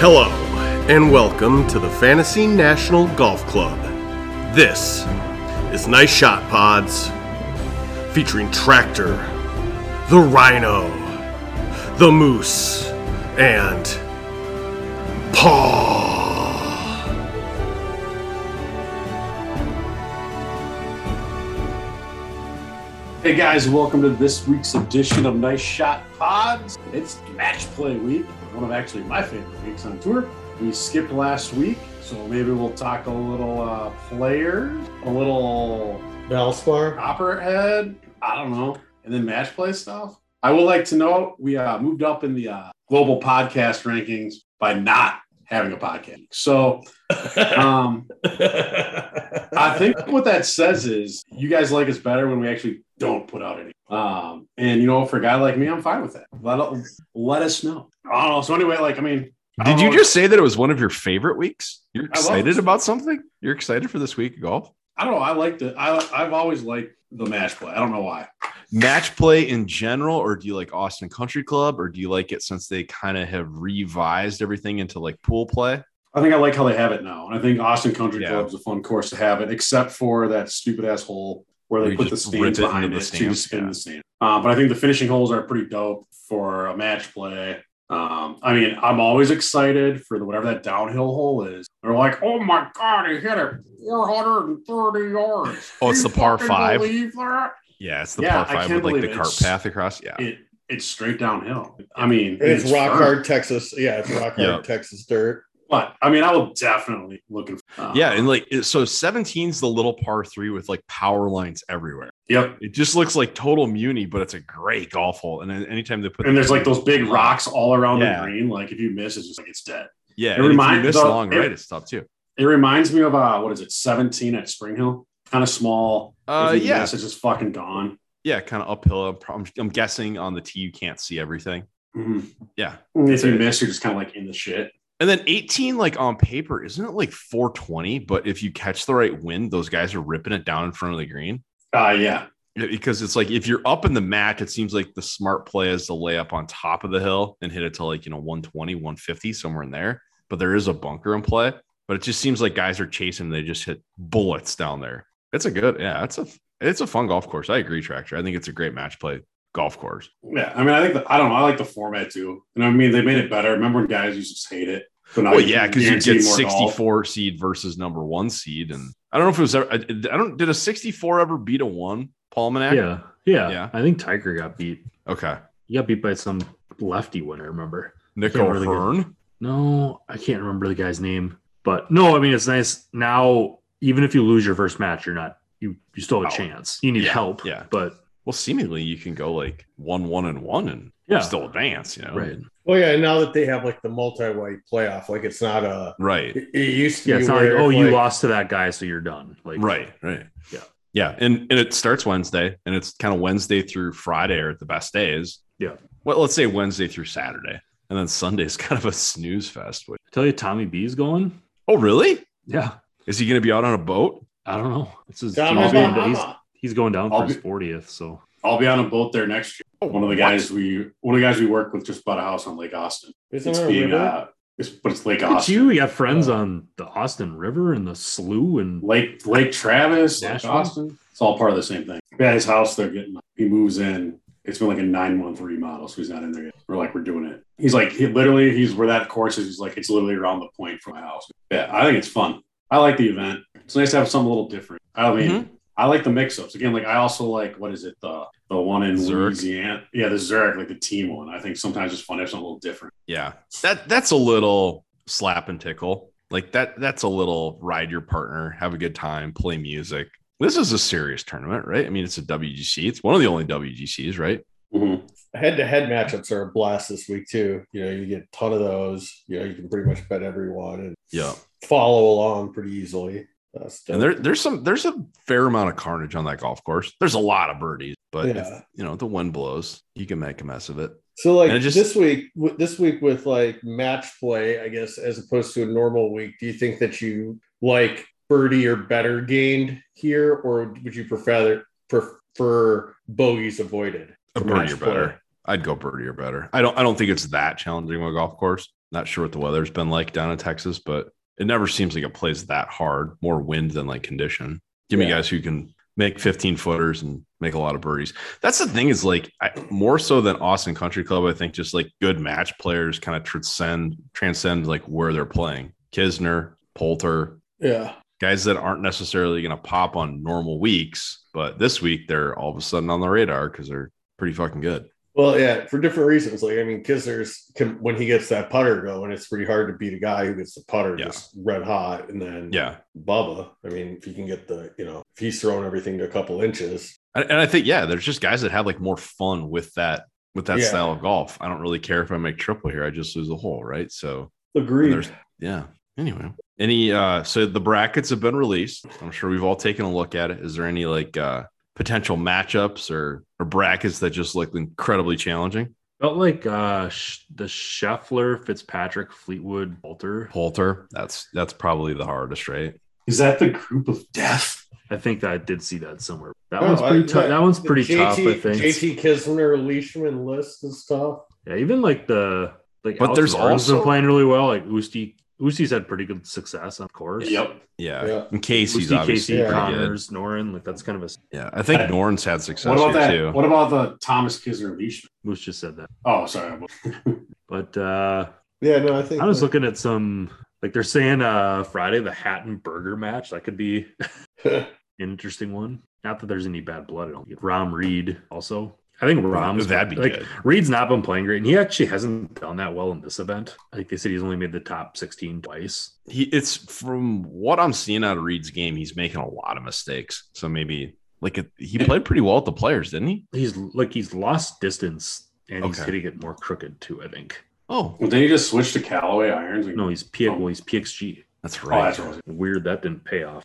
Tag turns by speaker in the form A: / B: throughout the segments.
A: Hello, and welcome to the Fantasy National Golf Club. This is Nice Shot Pods, featuring Tractor, the Rhino, the Moose, and Paw.
B: Hey guys, welcome to this week's edition of Nice Shot Pods. It's match play week, one of actually my favorite weeks on tour. We skipped last week, so maybe we'll talk a little uh, players, a little
C: Valspar.
B: Copperhead, I don't know, and then match play stuff. I would like to note we uh, moved up in the uh, global podcast rankings by not having a podcast. So um, I think what that says is you guys like us better when we actually don't put out any. Um, and you know, for a guy like me, I'm fine with that. Let, let us know. I don't know. So anyway, like I mean, I
D: Did
B: don't
D: you
B: know.
D: just say that it was one of your favorite weeks? You're
B: Oh. I love
D: excited
B: this.
D: about something? You're excited for this week of golf?
B: I don't know. I like the. I I've always liked the match play. I don't know why.
D: Match play in general, or do you like Austin Country Club, or do you like it since they kind of have revised everything into like pool play?
B: I think I like how they have it now, and I think Austin Country
D: Yeah.
B: Club's a fun course to have it, except for that stupid asshole where they
D: You
B: put the
D: just
B: stands
D: rip it
B: behind
D: into
B: it
D: the
B: to
D: stands,
B: spin
D: yeah.
B: the stand. Um, but I think the finishing holes are pretty dope for a match play. Um, I mean, I'm always excited for the, whatever that downhill hole is. They're like, oh my god, he hit it 430 yards.
D: Oh, it's
B: You
D: the par
B: fucking
D: five.
B: believe that?
D: Yeah, it's the
B: Yeah, I
D: par five
B: can't
D: with like the
B: believe it. Uh-huh.
D: cart
B: It's-
D: path across. Yeah.
B: It it's straight downhill. I mean,
C: And it's rock
B: firm.
C: hard Texas. Yeah, it's rock hard
D: Yeah.
C: Texas dirt.
B: But I mean, I will definitely looking. Uh,
D: yeah. And like, it- so 17's the little par three with like power lines everywhere.
B: Yep.
D: It just looks like total muni, but it's a great golf hole. And then anytime they put
B: and there's like those big rocks all around
D: Yeah.
B: the green. Like if you miss, it's just like it's dead. it
D: yeah, and if you
B: reminds-
D: miss
B: the-
D: long
B: it-
D: right, it's tough too.
B: It reminds me of uh, what is it, 17 at Spring Hill? Kind of small.
D: Uh,
B: if you
D: yeah,
B: miss, it's just fucking gone.
D: yeah, kind of uphill. I'm, prob- I'm guessing on the tee you can't see everything.
B: Mhm.
D: Yeah,
B: And If you
D: it.
B: miss, you're just kind of like in the shit.
D: and then 18, like on paper, isn't it like 420? But if you catch the right wind, those guys are ripping it down in front of the green
B: Uh, yeah.
D: Yeah, because it's like if you're up in the mat, it seems like the smart play is to lay up on top of the hill and hit it to like you know 120, 150 somewhere in there. But there is a bunker in play, but it just seems like guys are chasing. They just hit bullets down there. It's a good, yeah, it's a it's a fun golf course. I agree, Tractor. I think it's a great match play golf course.
B: Yeah. I mean, I think, the, I don't know. I like the format too. And I mean, they made it better. Remember when guys used to just hate it? But now
D: Well,
B: can
D: yeah, because you
B: guarantee
D: get
B: more golf.
D: 64 seed versus number one seed, and I don't know if it was ever. I, I don't. Did a 64 ever beat a one? Paul Manac?
E: Yeah, yeah,
D: Yeah.
E: I think Tiger got beat.
D: Okay.
E: He got beat by some lefty one. I remember.
D: Nico
E: Yeah, really good.
D: Hearn.
E: No, I can't remember the guy's name. But no, I mean it's nice now. Even if you lose your first match, you're not you you still have a
D: Out.
E: chance. You need
D: Oh, Yeah,
E: help.
D: yeah.
E: but
D: Well, seemingly you can go like one, one, and one, and
E: yeah,
D: still advance. You know.
E: right.
C: Well, Oh, yeah, and now that they have like the multi-way playoff, like it's not a.
D: Right.
C: It, it used to
E: Yeah,
C: be.
E: it's not like
C: where,
E: oh you lost to that guy, so you're done. Like
D: Right. Right.
E: Yeah.
D: Yeah, and and it starts Wednesday, and it's kind of Wednesday through Friday are the best days.
E: Yeah.
D: Well, let's say Wednesday through Saturday, and then Sunday is kind of a snooze fest. which-
E: I tell you, Tommy B's going.
D: Oh, really?
E: Yeah,
D: Is he going to be out on a boat?
E: I don't know. This is
C: Down
E: he's
C: in
E: going,
C: Bahama.
E: he's, he's going down
B: I'll
E: for his
B: be-
E: fortieth. So
B: I'll be on a boat there next year. One of the guys we, one of the guys we work with just bought a house on Lake Austin.
C: Isn't
B: It's
C: there a
B: being,
C: river?
B: uh, it's, but it's Lake
E: Look at
B: Austin.
E: you. You got friends on the Austin River and the slough and
B: Lake Lake Travis, Lake
E: Nashville?
B: Austin. It's all part of the same thing. Yeah, his house they're getting. He moves in. It's been like a nine month remodel, so he's not in there yet. We're like, we're doing it. He's like, he, literally, he's where that course is. He's like, it's literally around the point from my house. Yeah, I think it's fun. I like the event. It's nice to have something a little different. I mean,
D: Mhm.
B: I like the mix ups again. Like, I also like what is it the the one in
D: Zurich.
B: Louisiana? Yeah, the Zurich, like the team one. I think sometimes it's fun to have something a little different.
D: Yeah. That that's a little slap and tickle. Like that that's a little ride your partner, have a good time, play music. This is a serious tournament, right? I mean, it's a WGC. It's one of the only WGCs, right?
C: Head-to-head matchups are a blast this week too. You know, you get a ton of those. You know, you can pretty much bet everyone and
D: Yeah.
C: follow along pretty easily. Uh, That's
D: And there there's some there's a fair amount of carnage on that golf course. There's a lot of birdies, but
C: Yeah.
D: if you know the wind blows, you can make a mess of it.
C: So like
D: And it just-
C: this week, w- this week with like match play, I guess as opposed to a normal week, do you think that you like birdie or better gained here, or would you prefer prefer bogeys avoided?
D: A
C: for
D: birdie
C: match
D: or
C: play?
D: better. I'd go birdie or better. I don't I don't think it's that challenging of a golf course. Not sure what the weather's been like down in Texas, but it never seems like it plays that hard. More wind than like condition. Give me
C: Yeah.
D: guys who can make 15 footers and make a lot of birdies. That's the thing is like I, more so than Austin Country Club, I think just like good match players kind of transcend transcend like where they're playing. Kisner, Poulter,
C: Yeah.
D: guys that aren't necessarily going to pop on normal weeks, but this week they're all of a sudden on the radar because they're pretty fucking good.
C: Well, yeah, for different reasons. Like, I mean, Kisner's can, when he gets that putter going, it's pretty hard to beat a guy who gets the putter
D: Yeah.
C: just red hot. And then
D: Yeah.
C: Bubba, I mean, if you can get the, you know, if he's throwing everything to a couple inches,
D: And, and I think, yeah, there's just guys that have like more fun with that, with that
C: Yeah.
D: style of golf. I don't really care if I make triple here. I just lose a hole. Right. So and
C: agreed.
D: there's, yeah. Anyway, any, uh, so the brackets have been released. I'm sure we've all taken a look at it. Is there any like, uh, potential matchups or, or brackets that just look incredibly challenging?
E: Felt like uh, sh- the Scheffler, Fitzpatrick, Fleetwood, Walter.
D: Poulter, that's, that's probably the hardest, right?
B: Is that the group of death?
E: I think that I did see that somewhere. That
C: No,
E: one's
C: I-
E: pretty tough. That, one's
C: the
E: pretty
C: JT
E: tough. I think.
C: JT Kisner Leishman list is tough.
E: Yeah, even like the like.
D: But
E: Alex
D: there's
E: Morgan's been
D: also-
E: playing really well. Like Usti, Usti's had pretty good success on course.
B: Yep.
D: Yeah.
C: Yeah.
D: And Casey's
E: Usti,
D: obviously
E: Casey,
D: pretty good.
E: Connors, Norin. Like that's kind of a.
D: Yeah, I think
B: Uh,
D: Norn's had success
B: What about
D: here
B: that?
D: too.
B: What about the Thomas Kisner Leishman?
E: Moose just said that,
B: Oh, sorry.
E: but uh
C: Yeah, no, I think
E: I was
C: that-
E: looking at some. Like they're saying, uh Friday the Hatton Burger match that could be an interesting one. Not that there's any bad blood. I don't think. Rom Reed also. I think Rom's
D: That'd be
E: like,
D: good.
E: Reed's not been playing great, and he actually hasn't done that well in this event. I think they said he's only made the top 16 twice.
D: He, it's from what I'm seeing out of Reed's game, he's making a lot of mistakes. So maybe like it, he played pretty well at the players, didn't he?
E: He's like he's lost distance and he's
D: Okay.
E: hitting it more crooked too. I think.
D: Oh,
B: Well, then you just switch to Callaway irons. And,
E: No, he's PX. Well, he's PXG.
D: that's
B: oh,
D: right.
B: that's what it was.
E: Weird that didn't pay off.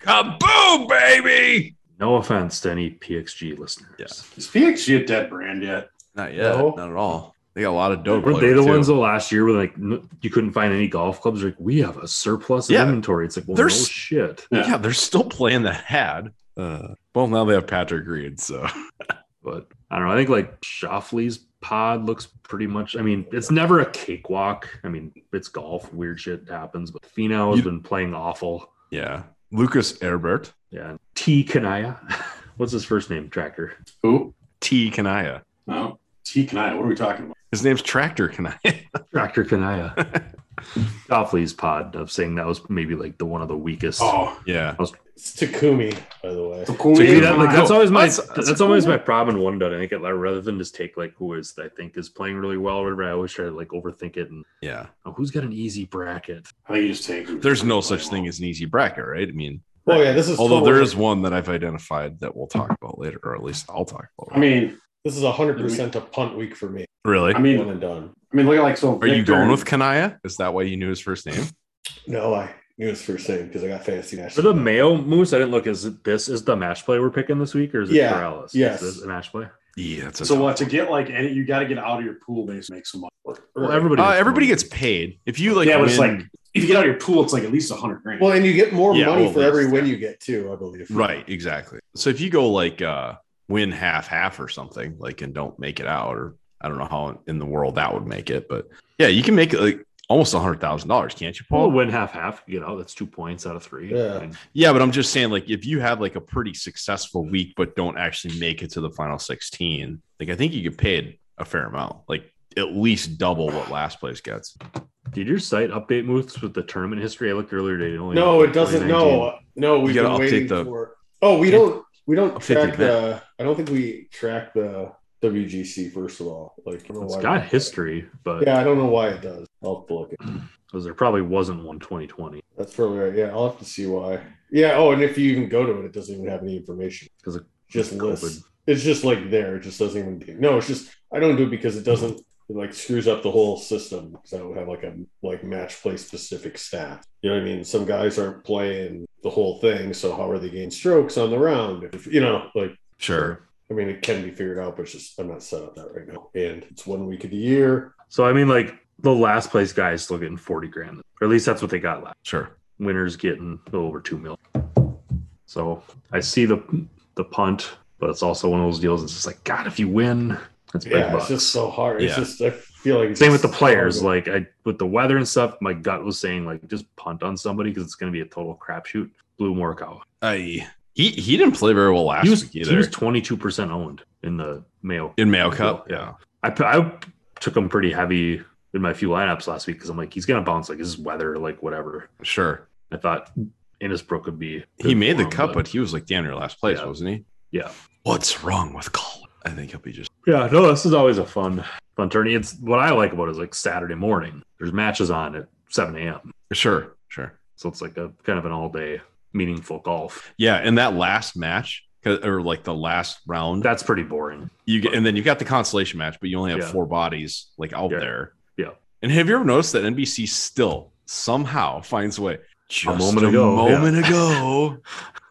D: Kaboom, baby!
E: No offense to any PXG listeners.
D: Yeah.
B: Is PXG a dead brand yet?
D: Not yet,
C: No.
D: not at all. They got a lot of dope.
E: Were they the ones that last year were like n- you couldn't find any golf clubs? Like we have a surplus of
D: Yeah.
E: inventory. It's like well,
D: There's-
E: no shit.
D: yeah, they're still playing that had. Uh, well, now they have Patrick Reed, so
E: But I don't know. I think like Shoffley's pod looks pretty much. I mean, it's never a cakewalk. I mean, it's golf. Weird shit happens. But Finau has
D: You-
E: been playing awful.
D: yeah. Lucas Herbert,
E: Yeah. T. Kanaya. What's his first name? Tracker.
B: Who?
D: T. Kanaya.
B: No. T. Kanaya. What are we talking about?
D: His name's Tractor Kanaya.
E: Tracker Kanaya. Shoffley's pod of saying that was maybe like the one of the weakest.
B: Oh,
D: yeah,
C: It's Takumi, by the way.
B: Takumi
D: So
E: See,
D: you
E: that-
D: don't
E: like, that's
D: know.
E: always my
D: That's-
E: that's,
D: that's a
E: always
D: cool-
E: my problem in one dot. I think it rather than just take like who is I think is playing really well or whatever. I always try to like overthink it and
D: yeah.
E: oh, who's got an easy bracket.
B: I think you just take. him.
D: There's no such thing as an easy bracket, right? I mean,
C: Oh yeah, this is
D: Although
C: totally-
D: there is one that I've identified that we'll talk about later, or at least I'll talk about.
B: I mean,
C: this is hundred percent a punt week for me.
D: really?
B: I mean,
C: One and done.
B: I mean, look at like so.
D: Are you
B: Victor-
D: going with Kanaya? Is that why you knew his first name?
C: No, I knew his first name because I got fantasy
E: For
C: national.
E: the Mayo Moose, I didn't look. Is it, this is the match play we're picking this week, or is it
C: Yeah,
E: Corrales?
C: yes.
E: is this a match play.
D: Yeah, that's a
B: So
D: tough
B: what? To get like any, you got to get out of your pool base, make some money.
E: Well, everybody,
D: one. Uh, everybody gets paid if you like.
B: yeah, but it's
D: win-
B: like if you get out of your pool, it's like at least a hundred grand.
C: Well, and you get more
D: Yeah,
C: money
D: well,
C: for every
D: that's-
C: win you get too, I believe.
D: right, exactly. So if you go like uh, win half half or something, like and don't make it out, or I don't know how in the world that would make it, but yeah, you can make like almost a hundred thousand dollars, can't you,
E: Paul
D: Paul?
E: win half half. You know that's two points out of three.
C: Yeah.
E: I mean,
D: Yeah, but I'm just saying, like, if you have like a pretty successful week, but don't actually make it to the final 16, like, I think you get paid a fair amount, like at least double what last place gets.
E: Did your site update Moose with the tournament history? I looked earlier today. only
C: No,
E: had
C: it doesn't.
E: 2019.
C: No, no, we've
D: You gotta
C: been waiting
D: update the-
C: for. it. Oh, we don't. We don't
D: Update the
C: track the, I don't think we track the WGC first of all. Like I don't know
E: It's
C: why-
E: got history, but
C: Yeah, I don't know why it does. I'll have to look. It.
E: 'cause there probably wasn't one 2020
C: That's probably right. Yeah, I'll have to see why. Yeah. Oh, and if you even go to it, it doesn't even have any information.
E: because of
C: Just
E: COVID.
C: lists. It's just like there. It just doesn't even. No, it's just I don't do it because it doesn't it like screws up the whole system because I don't have like a like match play specific stat. You know what I mean? Some guys aren't playing the whole thing, so how are they getting strokes on the round? If, you know, like
D: Sure.
C: I mean, it can be figured out, but it's just I'm not set up that right now. And it's one week of the year.
E: So I mean, like the last place guy is still getting forty grand, or at least that's what they got last.
D: Sure.
E: Winners getting a little over two mil. So I see the the punt, but it's also one of those deals. It's just like God, if you win, that's big
C: Yeah,
E: bucks.
C: it's just so hard. It's
D: Yeah.
C: just I feel like it's
E: Same with the
C: just-
E: players, like I with the weather and stuff. My gut was saying like just punt on somebody because it's going to be a total crapshoot. Blue Morikawa.
D: I he he didn't play very well last
E: He was
D: week
E: he
D: either
E: was twenty two percent owned in the Mayo.
D: in Mayo Cup. Yeah,
E: I pu- I took him pretty heavy in my few lineups last week because I'm like he's going to bounce like his weather like whatever.
D: sure.
E: I thought Innisbrook would be.
D: He
E: good
D: made the
E: for him,
D: cut, but he was like damn near last place,
E: Yeah.
D: wasn't he?
E: Yeah.
D: What's wrong with Cole? I think he'll be just
E: Yeah, no, this is always a fun, fun tourney. It's what I like about it is like Saturday morning. There's matches on at 7 a.m.
D: sure, sure.
E: So it's like a kind of an all day meaningful golf.
D: Yeah, and that last match 'cause- or like the last round,
E: That's pretty boring.
D: you get, and then you got the consolation match, but you only have
E: Yeah.
D: four bodies like out
E: Yeah.
D: there.
E: Yeah.
D: And have you ever noticed that NBC still somehow finds a way? Just
E: moment ago, yeah.
D: moment ago.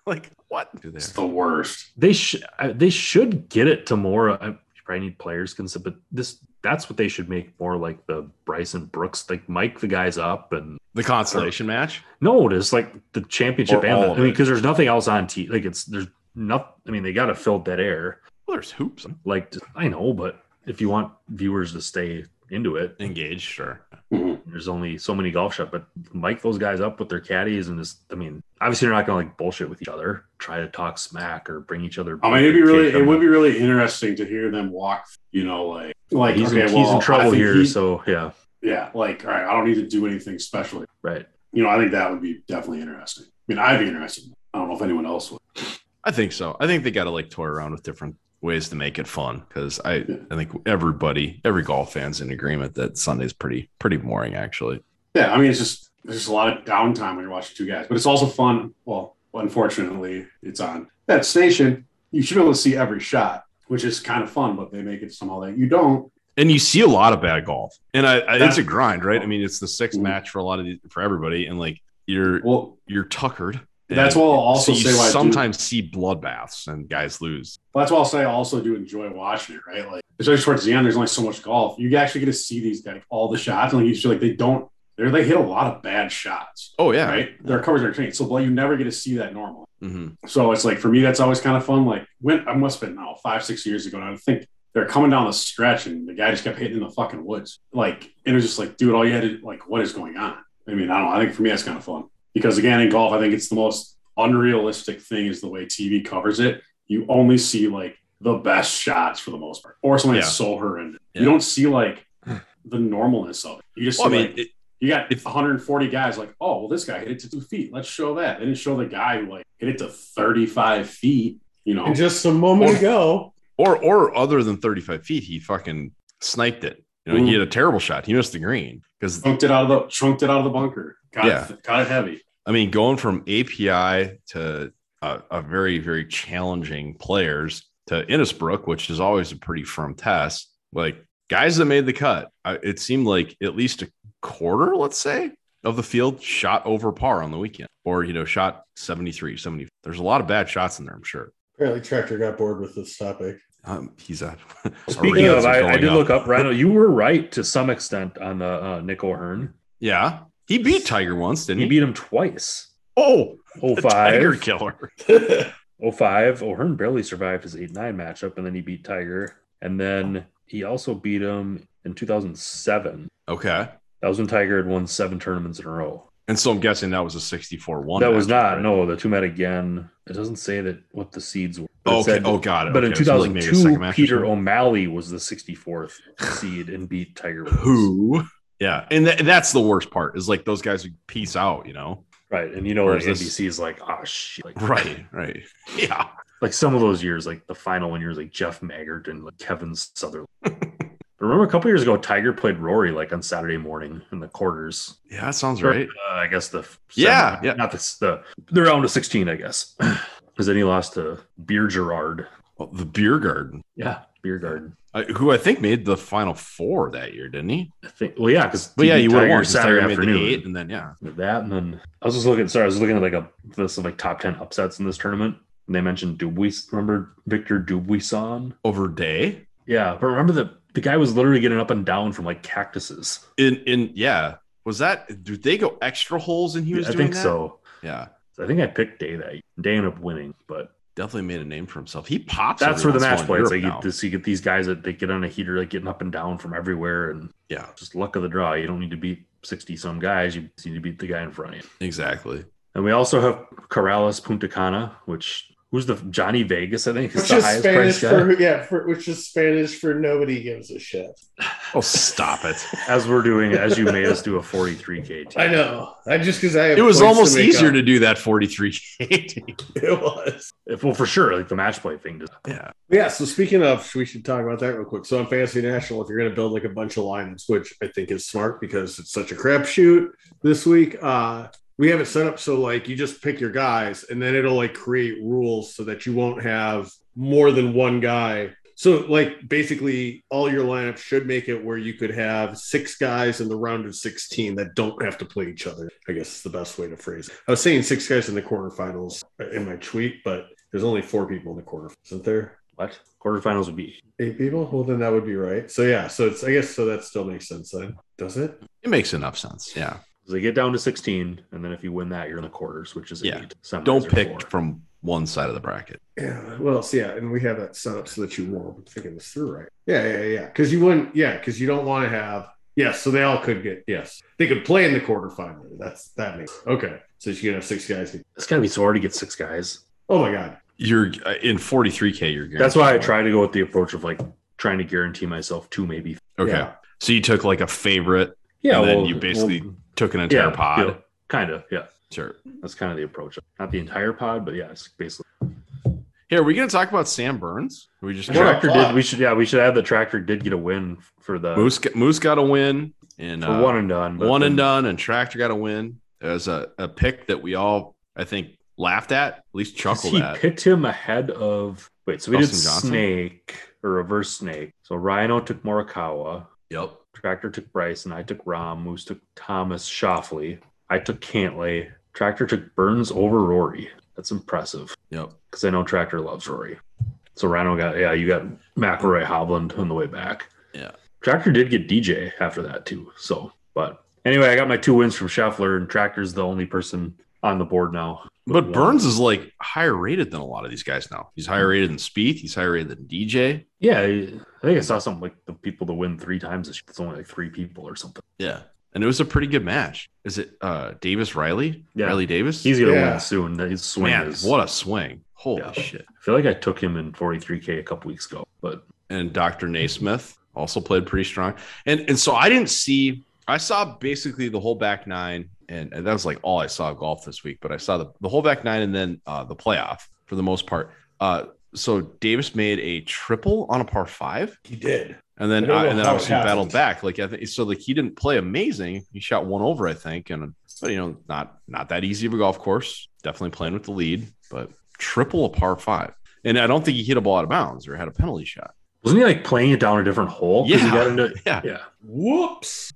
D: like what? Do they?
B: It's the worst.
E: They should they should get it to more. I, you probably need players consent, but this that's what they should make more like the Bryson Brooks, like Mike the guys up and
D: The consolation match.
E: no, just like the championship
D: Or
E: and
D: all
E: the, I
D: of
E: mean
D: it.
E: because there's nothing else on T. Like it's there's nothing. I mean they got to fill dead air.
D: Well, there's hoops
E: Like I know, but if you want viewers to stay into it,
D: engaged. Sure.
B: Mhm.
E: There's only so many golf shots, but mic those guys up with their caddies and just, I mean, obviously they're not going to like bullshit with each other, try to talk smack or bring each other.
B: I mean, it'd be really,
E: cake
B: it
E: on
B: would
E: the-
B: be really interesting to hear them walk. You know, like, like
E: he's,
B: okay,
E: in,
B: well,
E: he's in
B: I
E: trouble
B: think
E: here.
B: he-
E: so yeah,
B: yeah, like, all right, I don't need to do anything special.
E: right.
B: You know, I think that would be definitely interesting. I mean, I'd be interested. I don't know if anyone else would.
D: I think so. I think they got to like toy around with different ways to make it fun because I
B: Yeah.
D: I think everybody every golf fan's in agreement that Sunday's pretty pretty boring actually.
B: Yeah, I mean, it's just there's just a lot of downtime when you're watching two guys, but it's also fun. Well, unfortunately, it's on that station. You should be able to see every shot, which is kind of fun, but they make it somehow that you don't.
D: And you see a lot of bad golf, and I, I it's a grind, right? I mean, it's the 6th
B: Mhm.
D: match for a lot of the, for everybody, and like you're
B: Well,
D: you're tuckered.
B: That's
D: And
B: what I'll also
D: so you
B: say why I do-
D: sometimes see bloodbaths and guys lose.
B: that's why I'll say I also do enjoy watching it, right? Like, especially towards the end, there's only so much golf. You actually get to see these guys, all the shots, and like, you feel like they don't, they're, they hit a lot of bad shots,
D: Oh yeah,
B: right? Their covers are changed. So, like, you never get to see that normal.
D: hmm
B: So it's like for me, that's always kind of fun. Like when I must have been now five, six years ago, and I think they're coming down the stretch, and the guy just kept hitting in the fucking woods. Like and it was just like, dude, all you had to like, what is going on? I mean, I don't. know. I think for me, that's kind of fun because again, in golf, I think it's the most unrealistic thing is the way TV covers it. You only see like the best shots for the most part, or something that's so horrendous.
D: Yeah.
B: You don't see like the normalness of it. You just see,
D: Well, I mean,
B: like,
D: it-
B: you got
D: If-
B: 140 guys like, oh, well, this guy hit it to two feet. Let's show that. They didn't show the guy who like hit it to 35 feet. You know,
C: And just a moment ago,
D: or or other than 35 feet, he fucking sniped it. You know, he
B: Mhm.
D: had a terrible shot. He missed the green because
B: chunked it out of the chunked it out of the bunker. Got
D: Yeah.
B: it, got it heavy.
D: I mean, going from API to a, a very very challenging players to Innisbrook, which is always a pretty firm test. Like guys that made the cut, I, it seemed like at least a quarter, let's say, of the field shot over par on the weekend, or you know, shot 73, 70. There's a lot of bad shots in there, I'm sure.
C: apparently Tractor got bored with this topic.
D: Um, he's a
E: Speaking
D: arenas
E: of,
D: are
E: I, I
D: going
E: did look up Rhino. You were right to some extent on the uh, Nick O'Hearn.
D: Yeah, he beat Tiger once, didn't
E: He
D: he?
E: beat him twice.
D: oh, the Tiger
E: 05,
D: killer.
E: 05. O'Hearn barely survived his 8 9 matchup, and then he beat Tiger. And then he also beat him in 2007.
D: Okay.
E: That was when Tiger had won seven tournaments in a row.
D: And so I'm guessing that was a 64 1.
E: that was not no the two met again it doesn't say that what the seeds were It
D: Okay.
E: said-
D: oh, God.
E: but in
D: Okay, so like maybe a
E: 2002
D: second match or
E: peter
D: something.
E: o'malley was the 64th seed and beat tiger Woods.
D: Who? Yeah. And tha- that's the worst part is like those guys would peace out, you know?
E: right and you know like
D: Whereas this-
E: nbc is like oh shit like,
D: Right. Right. Yeah.
E: like some of those years like the final one years like jeff maggart and like kevin sutherland But remember a couple years ago tiger played rory like on saturday morning in the quarters
D: Yeah. That sounds
E: Or,
D: right.
E: uh, i guess the
D: Yeah, yeah.
E: not the, the the round of 16 i guess because then he lost to beer gerard
D: Well, the beer garden,
E: yeah beer garden
D: uh, who I think made the final four that year, didn't he?
E: I think. Well, yeah, because
D: But yeah, you would have won 'cause
E: Saturday
D: Tiger made
E: afternoon.
D: the eight. And then, yeah.
E: That and then I was just looking. Sorry, I was looking at like a list of like top ten upsets in this tournament. And they mentioned Dubuis. Remember Victor Dubuisson?
D: Over day.
E: Yeah, but remember the the guy was literally getting up and down from like cactuses.
D: In, in, yeah. Was that, did they go extra holes and he was
E: I
D: doing
E: think
D: that?
E: so.
D: Yeah.
E: So I think I picked Day that year. Day ended up winning, but
D: definitely made a name for himself. He pops.
E: That's where
D: every
E: the
D: once
E: match
D: in a
E: play.
D: while
E: It's
D: in
E: like you,
D: Europe now.
E: this, you get these guys that they get on a heater, like getting up and down from everywhere, and
D: Yeah,
E: just luck of the draw. You don't need to beat sixty some guys. You just need to beat the guy in front of you.
D: exactly.
E: And we also have Corrales Punta Cana, which who's the Johnny Vegas? I think is
C: Which
E: the
C: is
E: highest
C: Spanish
E: price guy.
C: for yeah, for, which is Spanish for nobody gives a shit.
D: Oh, stop it!
E: As we're doing, as you made us do a forty-three k.
C: I know. I just because I have
D: It was
C: points
D: almost
C: make
D: easier
C: up.
D: to do that 43 It
C: it was.
E: Well, for sure, like the match play thing. does-
D: Yeah.
C: Yeah, so speaking of, we should talk about that real quick. So on Fantasy National, if you're going to build like a bunch of lineups, which I think is smart because it's such a crapshoot this week, uh, we have it set up so like you just pick your guys, and then it'll like create rules so that you won't have more than one guy. So like basically, all your lineups should make it where you could have six guys in the round of sixteen that don't have to play each other. I guess is the best way to phrase. It. I was saying six guys in the quarterfinals in my tweet, but there's only four people in the quarter, isn't there?
E: What quarterfinals would be?
C: Eight people? Well, then that would be right. So yeah, so it's I guess so that still makes sense then, does it?
D: makes enough sense. Yeah.
E: They get down to sixteen, and then if you win that, you're in the quarters, which is
D: Yeah.
E: eight. Semis
D: Don't
E: are
D: pick
E: four.
D: from one side of the bracket.
C: Yeah. Well, so yeah, and we have that set up so that you won't. I'm thinking this through right. Yeah, yeah, yeah. Because you wouldn't. Yeah, because you don't want to have. Yes, so they all could get yes. They could play in the quarterfinal. That's that makes okay. So you can have six guys. who-
E: It's gotta be so hard to get six guys.
C: Oh my god.
D: You're uh, in 43k. You're
E: That's why I
D: guaranteed.
E: try to go with the approach of like trying to guarantee myself two, maybe.
D: Okay.
C: Yeah.
D: So you took like a favorite,
E: Yeah,
D: And then you basically took an entire pod.
E: kind of. Yeah,
D: Sure.
E: that's kind of the approach. Not the entire pod, but yeah, it's basically.
D: Here, are we going to talk about Sam Burns? Are we just
E: The
C: What a
E: tractor
C: pod.
E: did. We should. Yeah, we should add the tractor did get a win for the
D: Moose got- Moose got a win and uh,
E: for one and done. but
D: one and
E: then-
D: done, and Tractor got a win. It was a, a pick that we all, I think, laughed at, at least chuckled
E: He
D: at.
E: picked him ahead of. Wait, so we did
D: Dustin Johnson?
E: snake or reverse snake. So Rhino took Morikawa.
D: Yep.
E: Tractor took Bryce, and I took Rom. Moose took Thomas Shoffley. I took Cantley. Tractor took Burns over Rory. That's impressive
D: Yep.
E: because I know Tractor loves Rory. So Rhino got yeah, you got McElroy Hobland on the way back.
D: Yeah.
E: Tractor did get DJ after that too. So, but anyway, I got my two wins from Scheffler, and Tractor's the only person on the board now.
D: But
E: One.
D: Burns is like higher rated than a lot of these guys now. He's higher rated than Speed. He's higher rated than DJ.
E: Yeah, I think I saw something like the people to win three times. this year. It's only like three people or something.
D: Yeah. And it was a pretty good match. Is it uh Davis Riley?
E: Yeah.
D: Riley Davis?
E: He's gonna
C: Yeah.
E: win soon. His swing
D: Man,
E: is
D: what a swing. Holy
E: Yeah.
D: shit.
E: I feel like I took him in 43k a couple weeks ago, but
D: and Dr. Naismith also played pretty strong. And and so I didn't see I saw basically the whole back nine and, and that was like all I saw of golf this week, but I saw the, the whole back nine and then uh, the playoff for the most part. Uh, so Davis made a triple on a par five
C: He did.
D: and
C: I
D: then
C: don't
D: uh,
C: know
D: and then
C: how it
D: obviously battled
C: happened.
D: back. Like I think so like he didn't play amazing. He shot one over, I think, and but you know, not not that easy of a golf course. Definitely playing with the lead, but triple a par five. And I don't think he hit a ball out of bounds or had a penalty shot.
E: wasn't he like playing it down a different hole? Oh, 'Cause
D: Yeah.
E: He got into,
D: Yeah.
E: yeah.
C: Whoops.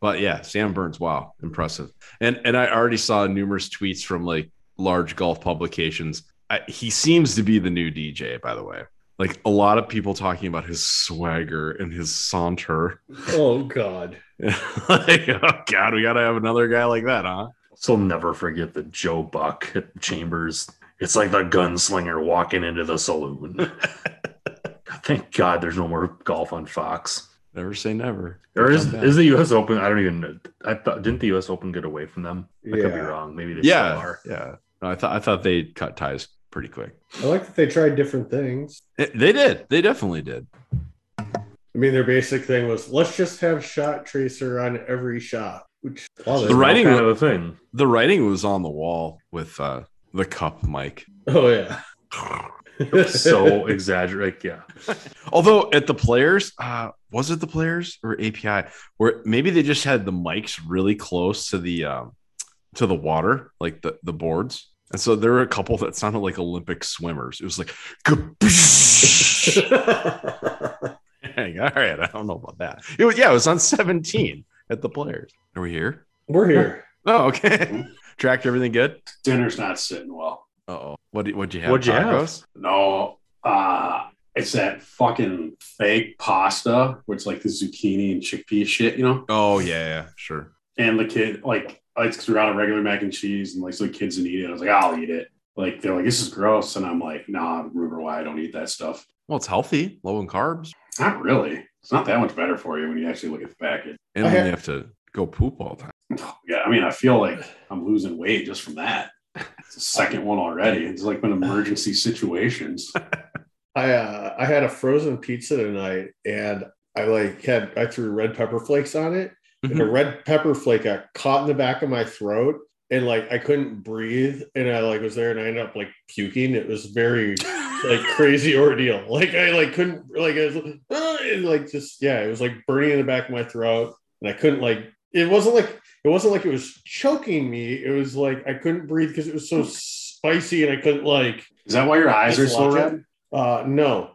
D: But yeah, Sam Burns, wow, impressive. And and I already saw numerous tweets from like large golf publications. I, he seems to be the new DJ, by the way. Like a lot of people talking about his swagger and his saunter.
C: Oh god.
D: like, oh God, we gotta have another guy like that, huh?
E: So I'll never forget the Joe Buck at Chambers. It's like the gunslinger walking into the saloon. God, Thank God there's no more golf on Fox.
D: Never say never.
E: Or
D: Good
E: is,
D: time back.
E: is the U.S. Open? I don't even. know. I thought didn't the U.S. Open get away from them? I could be
C: Yeah.
E: wrong. Maybe they still
D: yeah,
E: are.
D: yeah. No, I thought I thought they cut ties pretty quick.
C: I like that they tried different things.
D: It- they did. They definitely did.
C: I mean, their basic thing was let's just have shot tracer on every shot. Which
E: It's
D: The
E: all
D: writing-
E: kind of a thing.
D: The writing was on the wall with uh, the cup mic.
C: Oh yeah.
E: So exaggerated. Like, yeah.
D: Although at the players, uh, was it the players or API? Where maybe they just had the mics really close to the um, to the water, like the the boards. And so there were a couple that sounded like Olympic swimmers. It was like, "Kaboosh." Dang, all right, I don't know about that. It was yeah, it was on 17 at the players. Are we here?
C: We're here.
D: Oh, okay. Tracked everything good.
B: Dinner's not sitting well.
D: Uh oh, what did- what'd you have?
E: What'd you have?
B: No, uh, it's that fucking fake pasta, which is like the zucchini and chickpea shit, you know.
D: Oh yeah, yeah, sure.
B: And the kid, like, it's because we're out of regular mac and cheese, and like, so the kids didn't eat it. I was like, I'll eat it. Like they're like, this is gross, and I'm like, nah, I'm Ruger, why I don't eat that stuff.
D: Well, it's healthy, low in carbs,
B: Not really. It's not that much better for you when you actually look at back. It.
D: and
C: I
D: then
C: had-
D: they have to go poop all the time.
B: Yeah, I mean, I feel like I'm losing weight just from that. It's the second one already. It's like when emergency situations.
C: I uh, I had a frozen pizza tonight, and I like had I threw red pepper flakes on it, and the red pepper flake got caught in the back of my throat, and like I couldn't breathe, and I like was there, and I ended up like puking. It was very like crazy ordeal. Like I like couldn't like I was like, "Ah," and, like just yeah, it was like burning in the back of my throat, and I couldn't like it wasn't like it wasn't like it was choking me. It was like I couldn't breathe because it was so spicy, and I couldn't like
B: Is that why your eyes are
C: Just
B: so
C: watch it.
B: red?
C: uh no.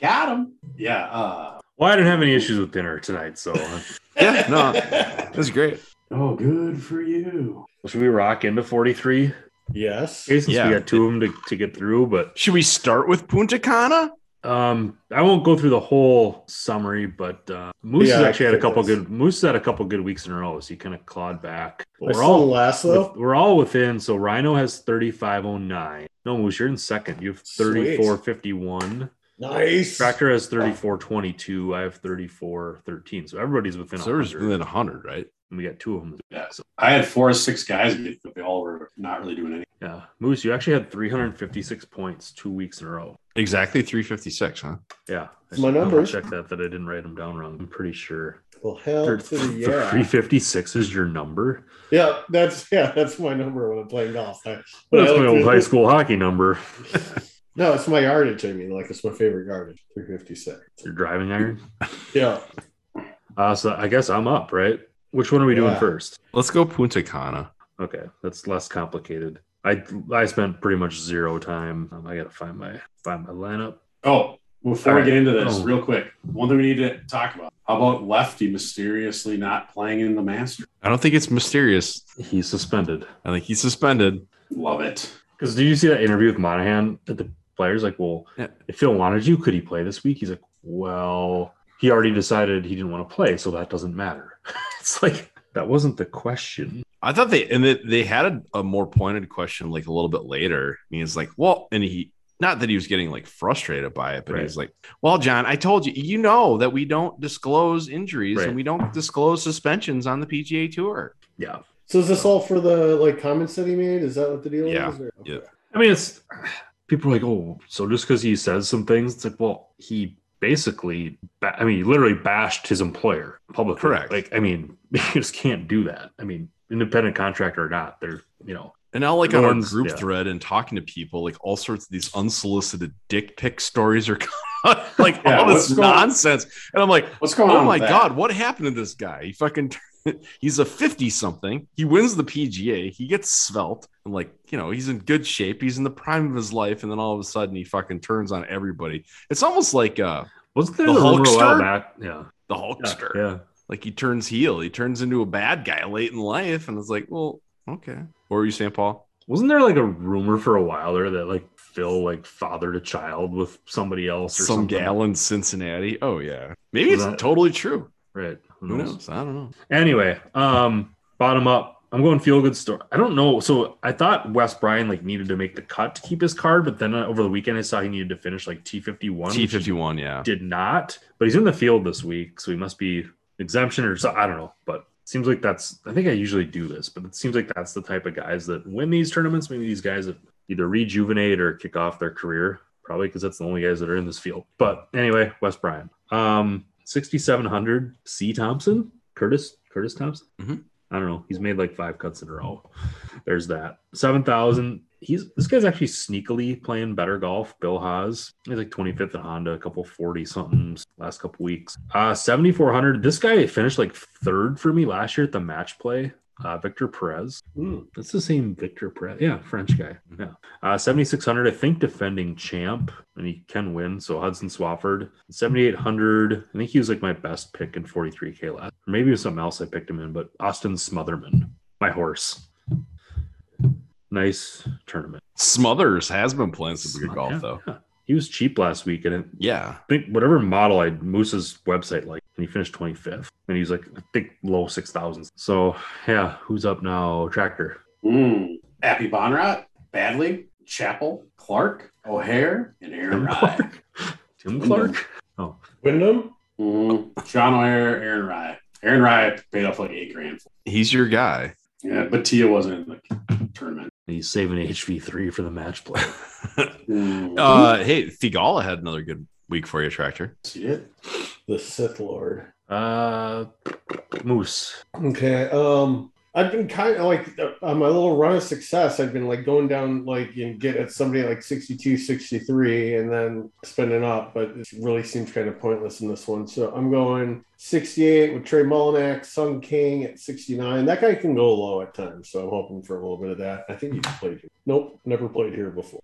B: Got him. Yeah. Uh,
E: Well, I didn't have any issues with dinner tonight, so uh,
D: Yeah, no, that's great.
B: oh, good for you.
E: should we rock into 43?
C: Yes.
E: Okay, since
D: Yeah.
E: we got two of them to, to get through, but
D: Should we start with Punta Cana?
E: um, I won't go through the whole summary. But uh, Moose
C: Yeah,
E: has
C: I
E: actually had a
C: think
E: couple
C: that's-
E: good. Moose had a couple good weeks in a row, so he kind of clawed back. But
C: I
E: we're
C: still
E: all
C: last
E: with-
C: though.
E: we're all within. So Rhino has 3509. No, Moose, you're in second. You have
C: Sweet.
E: 3451.
C: Nice.
E: Tractor has 3422. I have 3413. So everybody's within.
D: So there's
E: 100.
D: within 100, right?
E: And we got two of them.
B: Yeah. I had four or six guys, but they all were not really doing anything.
E: Yeah, Moose, you actually had 356 points two weeks in a row.
D: Exactly 356, huh?
E: Yeah,
C: It's my numbers.
E: Check that that I didn't write them down wrong. I'm pretty sure.
C: Well, hell to the yeah.
E: 356 is your number.
C: Yeah, that's yeah, that's my number when I'm playing golf. I, but
E: That's
C: I
E: my
C: like
E: old
C: to-
E: high school hockey number.
C: No, it's my yardage. I mean, like it's my favorite yardage. Three fifty six.
E: Your driving iron.
C: Yeah.
E: Uh, so I guess I'm up, right? Which one are we doing
C: Yeah.
E: first?
D: Let's go Punta Cana.
E: Okay, that's less complicated. I I spent pretty much zero time. Um, I gotta find my find my lineup.
B: Oh, before
E: All right.
B: we get into this,
E: Oh.
B: real quick, one thing we need to talk about. How about Lefty mysteriously not playing in the Masters?
D: I don't think it's mysterious.
E: He's suspended.
D: I think he's suspended.
B: Love it.
E: Because did you see that interview with Monahan? That the players like, well,
D: Yeah.
E: if Phil wanted you, could he play this week? He's like, well, he already decided he didn't want to play, so that doesn't matter. it's like that wasn't the question.
D: I thought they and they, they had a, a more pointed question like a little bit later. And he's like, Well, and he not that he was getting like frustrated by it, but
E: Right.
D: he's like, Well, John, I told you, you know that we don't disclose injuries
E: Right.
D: and we don't disclose suspensions on the PGA tour.
E: Yeah,
C: So is this all for the like comments that he made? Is that what the deal
D: Yeah.
C: is? Or-
D: Yeah.
E: I mean, it's people are like, oh, so just because he says some things, it's like, well, he basically, ba- I mean, he literally bashed his employer publicly.
D: Correct.
E: Like, I mean, you just can't do that. I mean, independent contractor or not, they're you know,
D: And now, like
E: The
D: on our
E: ones-
D: group
E: yeah.
D: thread and talking to people, like all sorts of these unsolicited dick pic stories are coming, like
B: Yeah,
D: all this
B: what's going-
D: nonsense. And I'm like,
B: What's going on?
D: oh my
B: with that?
D: god, what happened to this guy? He fucking he's a 50 something. He wins the PGA, he gets svelte, and like, you know, he's in good shape, he's in the prime of his life, and then all of a sudden he fucking turns on everybody. It's almost like uh
E: wasn't there
D: The
E: the, rumor a
D: Hulkster?
E: while back? Yeah,
D: the
E: yeah,
D: Hulkster.
E: yeah.
D: Like he turns heel, he turns into a bad guy late in life, and it's like, well, okay. What were you saying, Paul?
E: Wasn't there like a rumor for a while there that like Phil like fathered a child with somebody else or
D: Some
E: something?
D: gal in Cincinnati. Oh yeah. Maybe it's
E: That-
D: totally true.
E: Right. Who
D: Who
E: knows?
D: knows? I don't know.
E: Anyway, um, bottom up. I'm going feel good story. I don't know. So I thought Wes Bryan like needed to make the cut to keep his card, but then uh, over the weekend I saw he needed to finish like T51. which he
D: T51, yeah.
E: Did not, but he's in the field this week, so he must be exemption or so. I don't know, but seems like that's. I think I usually do this, but it seems like that's the type of guys that win these tournaments. Maybe these guys that either rejuvenate or kick off their career, probably because that's the only guys that are in this field. But anyway, Wes Bryan, um, 6700 C Thompson, Curtis Curtis Thompson.
D: Mhm.
E: I don't know. He's made like five cuts in a row. There's that seven thousand. He's this guy's actually sneakily playing better golf. Bill Haas, he's like 25th at Honda, a couple 40 somethings last couple weeks. Uh, 7400. This guy finished like third for me last year at the match play. Uh, Victor Perez.
C: Hmm.
E: That's the same Victor Perez. Yeah, French guy. Yeah. Uh, 7,600, I think, defending champ, and he can win. So Hudson Swafford. 7,800, I think he was like my best pick in 43K last. Or maybe it was something else I picked him in, but Austin Smotherman, my horse. Nice tournament.
D: Smothers has been playing some good
E: Smother-
D: golf
E: yeah,
D: though.
E: yeah. He was cheap last week, and it,
D: Yeah.
E: I think whatever model I Moose's website like, and he finished 25th, and he's like I think low six thousands. So yeah, who's up now? Tractor.
B: Mm. Appy Bonrat, Badley, Chapel, Clark, O'Hare, and Aaron Rye.
E: Tim Clark.
C: Wyndham?
B: Mm. John O'Hare, Aaron Rye. Aaron Rye paid off like eight grand.
D: He's your guy.
B: Yeah, but Tia wasn't in the tournament.
E: He's saving HV3 for the match play.
B: Mm.
D: uh, hey, Thigala had another good week for you, Tractor.
B: See it?
C: The Sith Lord.
E: Uh, Moose.
C: Okay. Um, I've been kind of like uh, on my little run of success. I've been like going down like and get at somebody like 62, 63, and then spending up, but it really seems kind of pointless in this one. So I'm going 68 with Trey Mullinack, Sun King at 69. That guy can go low at times, so I'm hoping for a little bit of that. I think he's played here. Nope, never played here before.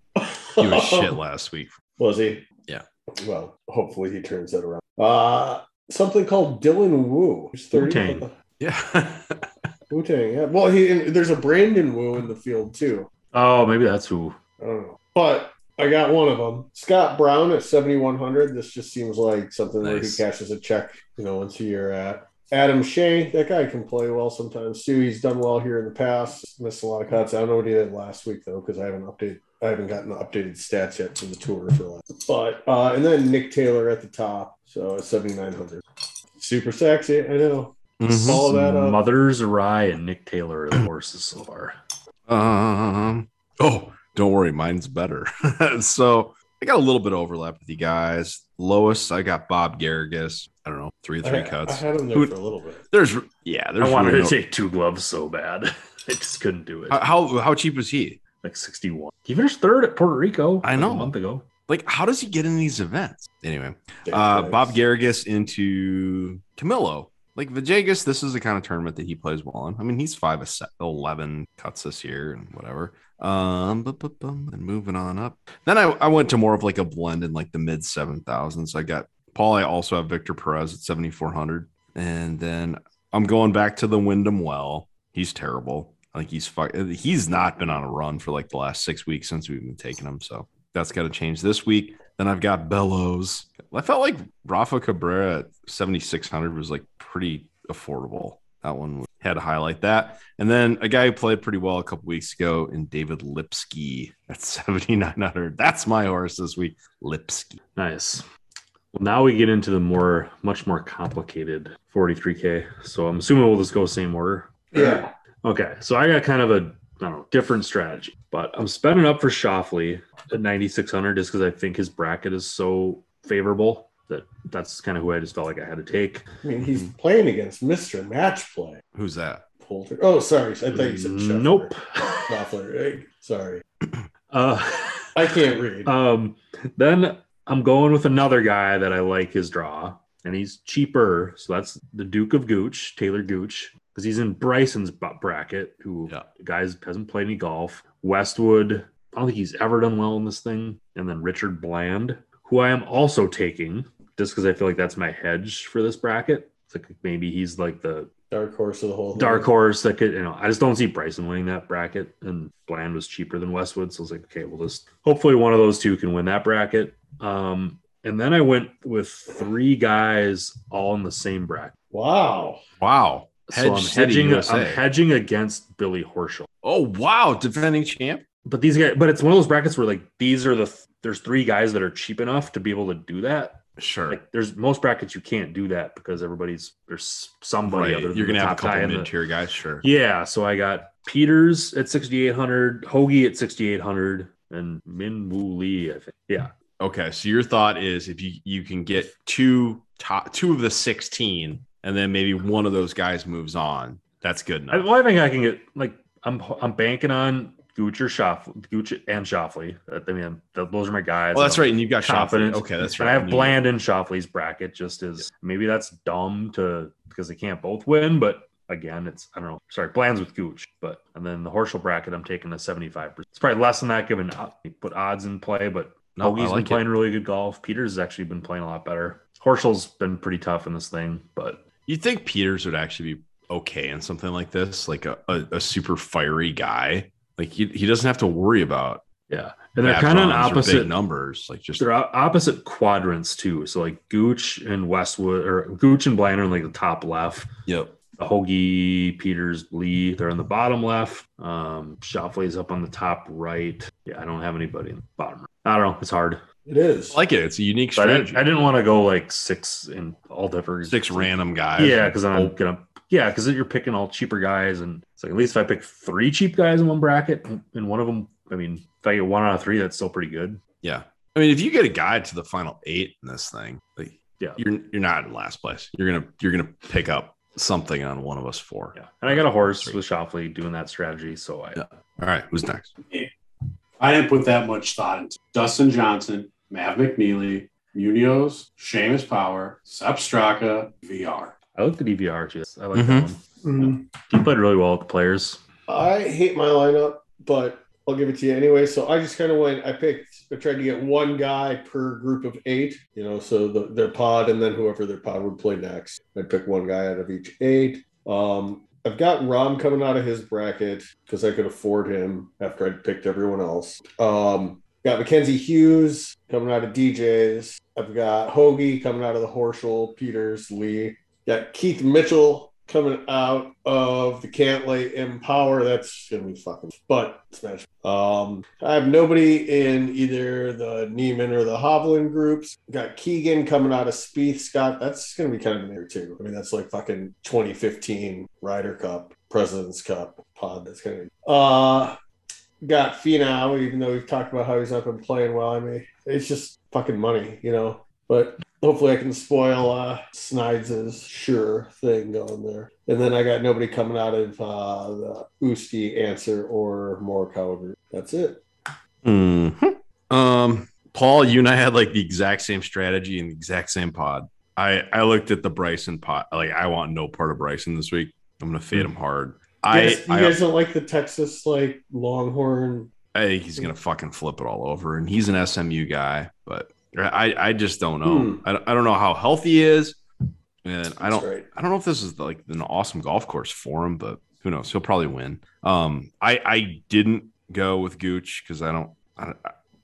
D: He was shit last week.
C: Was he?
D: Yeah.
C: Well, hopefully he turns that around. Uh something called Dylan Wu. He's 30.
E: Wu-Tang.
D: Yeah.
C: Wu Tang, yeah. Well, he and there's a Brandon Wu in the field too.
E: Oh, maybe that's who.
C: I don't know, but I got one of them. Scott Brown at 7100. This just seems like something where he
D: Nice.
C: cashes a check, you know, once a year at. Adam Shea, that guy can play well sometimes too. He's done well here in the past. Missed a lot of cuts. I don't know what he did last week though, because I haven't updated. I haven't gotten the updated stats yet for the tour for last. But uh, and then Nick Taylor at the top, so at 7900. Super sexy, I know.
E: Mm-hmm.
C: Follow that up.
E: Mother's Rye and Nick Taylor are the horses so far.
D: Um, oh, don't worry, mine's better. so I got a little bit of overlap with you guys. Lowest, I got Bob Garrigus. I don't know, three
C: I-
D: three
C: I
D: cuts.
C: had him there
D: Who-
C: for a little bit.
D: There's yeah, there's
E: Uh, I wanted
D: really
E: to
D: no-
E: take two gloves so bad. I just couldn't do it.
D: How- how how cheap is he?
E: like 61. He finished third at Puerto Rico.
D: I
E: like,
D: know.
E: A month ago.
D: Like, how does he get in these events? Anyway,
C: Damn,
D: uh,
C: thanks.
D: Bob Garrigus into Camillo. Like Vajegas, this is the kind of tournament that he plays well in. I mean, he's five a se- eleven cuts this year and whatever. Um, bu- bu- bum, and moving on up. Then I, I went to more of like a blend in like the mid seven thousands. I got Paul. I also have Victor Perez at seventy four hundred, and then I'm going back to the Wyndham Well. He's terrible. Like he's fu- he's not been on a run for like the last six weeks since we've been taking him. So that's got to change this week. Then I've got Bellows. I felt like Rafa Cabrera at 7,600 was like pretty affordable. That one had to highlight that. And then a guy who played pretty well a couple weeks ago in David Lipsky at 7,900. That's my horse this week. Lipsky.
E: Nice. Well, now we get into the more, much more complicated 43K. So I'm assuming we'll just go same order.
C: Yeah.
E: Okay, so I got kind of a I don't know different strategy, but I'm spending up for Shoffley at 9600 just because I think his bracket is so favorable that that's kind of who I just felt like I had to take.
C: I mean, he's
E: Hmm.
C: playing against Mr. Match Play.
D: Who's that?
C: Poulter. Oh, sorry. I thought you said Scheffler.
E: nope.
C: Scheffler. right? Sorry.
E: uh,
C: I can't read.
E: um, then I'm going with another guy that I like his draw, and he's cheaper. So that's the Duke of Gooch, Taylor Gooch, because he's in Bryson's bu- bracket, who
D: Yeah.
E: the guys hasn't played any golf. Westwood, I don't think he's ever done well in this thing. And then Richard Bland, who I am also taking just because I feel like that's my hedge for this bracket. It's like maybe he's like the
C: dark horse of the whole thing.
E: dark horse that could, you know, I just don't see Bryson winning that bracket. And Bland was cheaper than Westwood. So I was like, okay, well, just hopefully one of those two can win that bracket. Um, and then I went with three guys all in the same bracket.
C: Wow.
D: Wow. Hedge
E: So I'm
D: City,
E: hedging, I'm
D: USA.
E: hedging against Billy Horschel.
D: oh, wow. Defending champ.
E: But these guys, but it's one of those brackets where like these are the, th- there's three guys that are cheap enough to be able to do that.
D: Sure.
E: Like there's most brackets you can't do that because everybody's, there's somebody
D: right.
E: other than
D: You're going
E: the
D: to have a
E: top guy
D: couple
E: in the-
D: mid tier guys. Sure.
E: Yeah, so I got Peters at 6,800, Hoagie at 6,800, and Min Woo Lee, I think. Yeah,
D: Okay, so your thought is if you you can get two top two of the sixteen, and then maybe one of those guys moves on, that's good
E: I,
D: enough.
E: well, I think I can get like I'm I'm banking on Gooch or Shoff, Gooch and Shoffley. I mean, th- those are my guys.
D: oh, that's
E: I'm
D: right, and you've got Shoffley.
E: confident.
D: Okay, that's
E: And
D: right.
E: I have
D: You-
E: Bland in Shoffley's bracket. Just as maybe that's dumb to because they can't both win, but again, it's I don't know. Sorry, Bland's with Gooch, but and then the Horschel bracket, I'm taking the 75. percent It's probably less than that given uh, you put odds in play, but
D: No,
E: no,
D: I
E: has
D: like
E: been playing really good golf. Peters has actually been playing a lot better. Horschel's been pretty tough in this thing, but
D: You think Peters would actually be okay in something like this, like a, a, a super fiery guy? Like he, he doesn't have to worry about
E: yeah. And they're
D: Bad
E: kind of on
D: runs or big
E: opposite
D: numbers, like just
E: they're o- opposite quadrants too. So like Gooch and Westwood or Gooch and Blind are in like the top left.
D: yep.
E: Hoagie, Peters, Lee, they're in the bottom left. Um, Shoffley's up on the top right. Yeah, I don't have anybody in the bottom. Right. I don't know. It's hard.
C: It is.
D: I like it. It's a unique
E: So I
D: strategy.
E: didn't. I didn't want to go like six and all different
D: Six random guys.
E: Yeah, because I'm
D: Oh,
E: gonna. Yeah, because you're picking all cheaper guys, and it's like at least if I pick three cheap guys in one bracket, and one of them, I mean, if I get one out of three, that's still pretty good.
D: yeah. I mean, if you get a guy to the final eight in this thing, like,
E: Yeah.
D: you're you're not in last place. You're gonna you're gonna pick up something on one of us four.
E: Yeah, and I got a horse with Shoffley doing that strategy, so I
D: Yeah. All right, who's next?
B: I didn't put that much thought into it. Dustin Johnson, Mav McNeely, Munoz, Seamus Power, Sep Straka, VR.
E: I like the DVR too. I like
D: Mhm.
E: that one.
C: Mm-hmm.
E: He played really well with the players.
C: I hate my lineup, but I'll give it to you anyway. So I just kind of went. I picked. I tried to get one guy per group of eight. You know, so the, their pod and then whoever their pod would play next. I pick one guy out of each eight. Um, I've got Rom coming out of his bracket because I could afford him after I'd picked everyone else. Um, got Mackenzie Hughes coming out of DJs. I've got Hoagie coming out of the Horschel, Peters, Lee. Got Keith Mitchell coming out of the Cantley Empower. That's gonna be fucking but smash. Um, I have nobody in either the Neiman or the Hovland groups. Got Keegan coming out of Spieth. Scott, that's gonna be kind of near too. I mean, that's like fucking 2015 Ryder Cup, President's Cup pod. That's gonna be. Uh, got Finau, even though we've talked about how he's not been playing well. I mean, it's just fucking money, you know. But hopefully I can spoil uh Snides's sure thing going there. And then I got nobody coming out of uh the Usti answer or Morikawa group. That's it.
D: Um, Paul, you and I had like the exact same strategy and the exact same pod. I I looked at the Bryson pod. Like, I want no part of Bryson this week. I'm gonna fade him hard. I,
C: Mm-hmm. you guys, you
D: I,
C: guys don't like the Texas like Longhorn.
D: I think he's gonna fucking flip it all over, and he's an SMU guy, but I I just don't know.
C: Hmm.
D: I, don't- I don't know how healthy he is, and I don't
C: That's right.
D: I don't know if this is like an awesome golf course for him, but who knows? He'll probably win. Um, I I didn't go with Gooch because I don't. I don't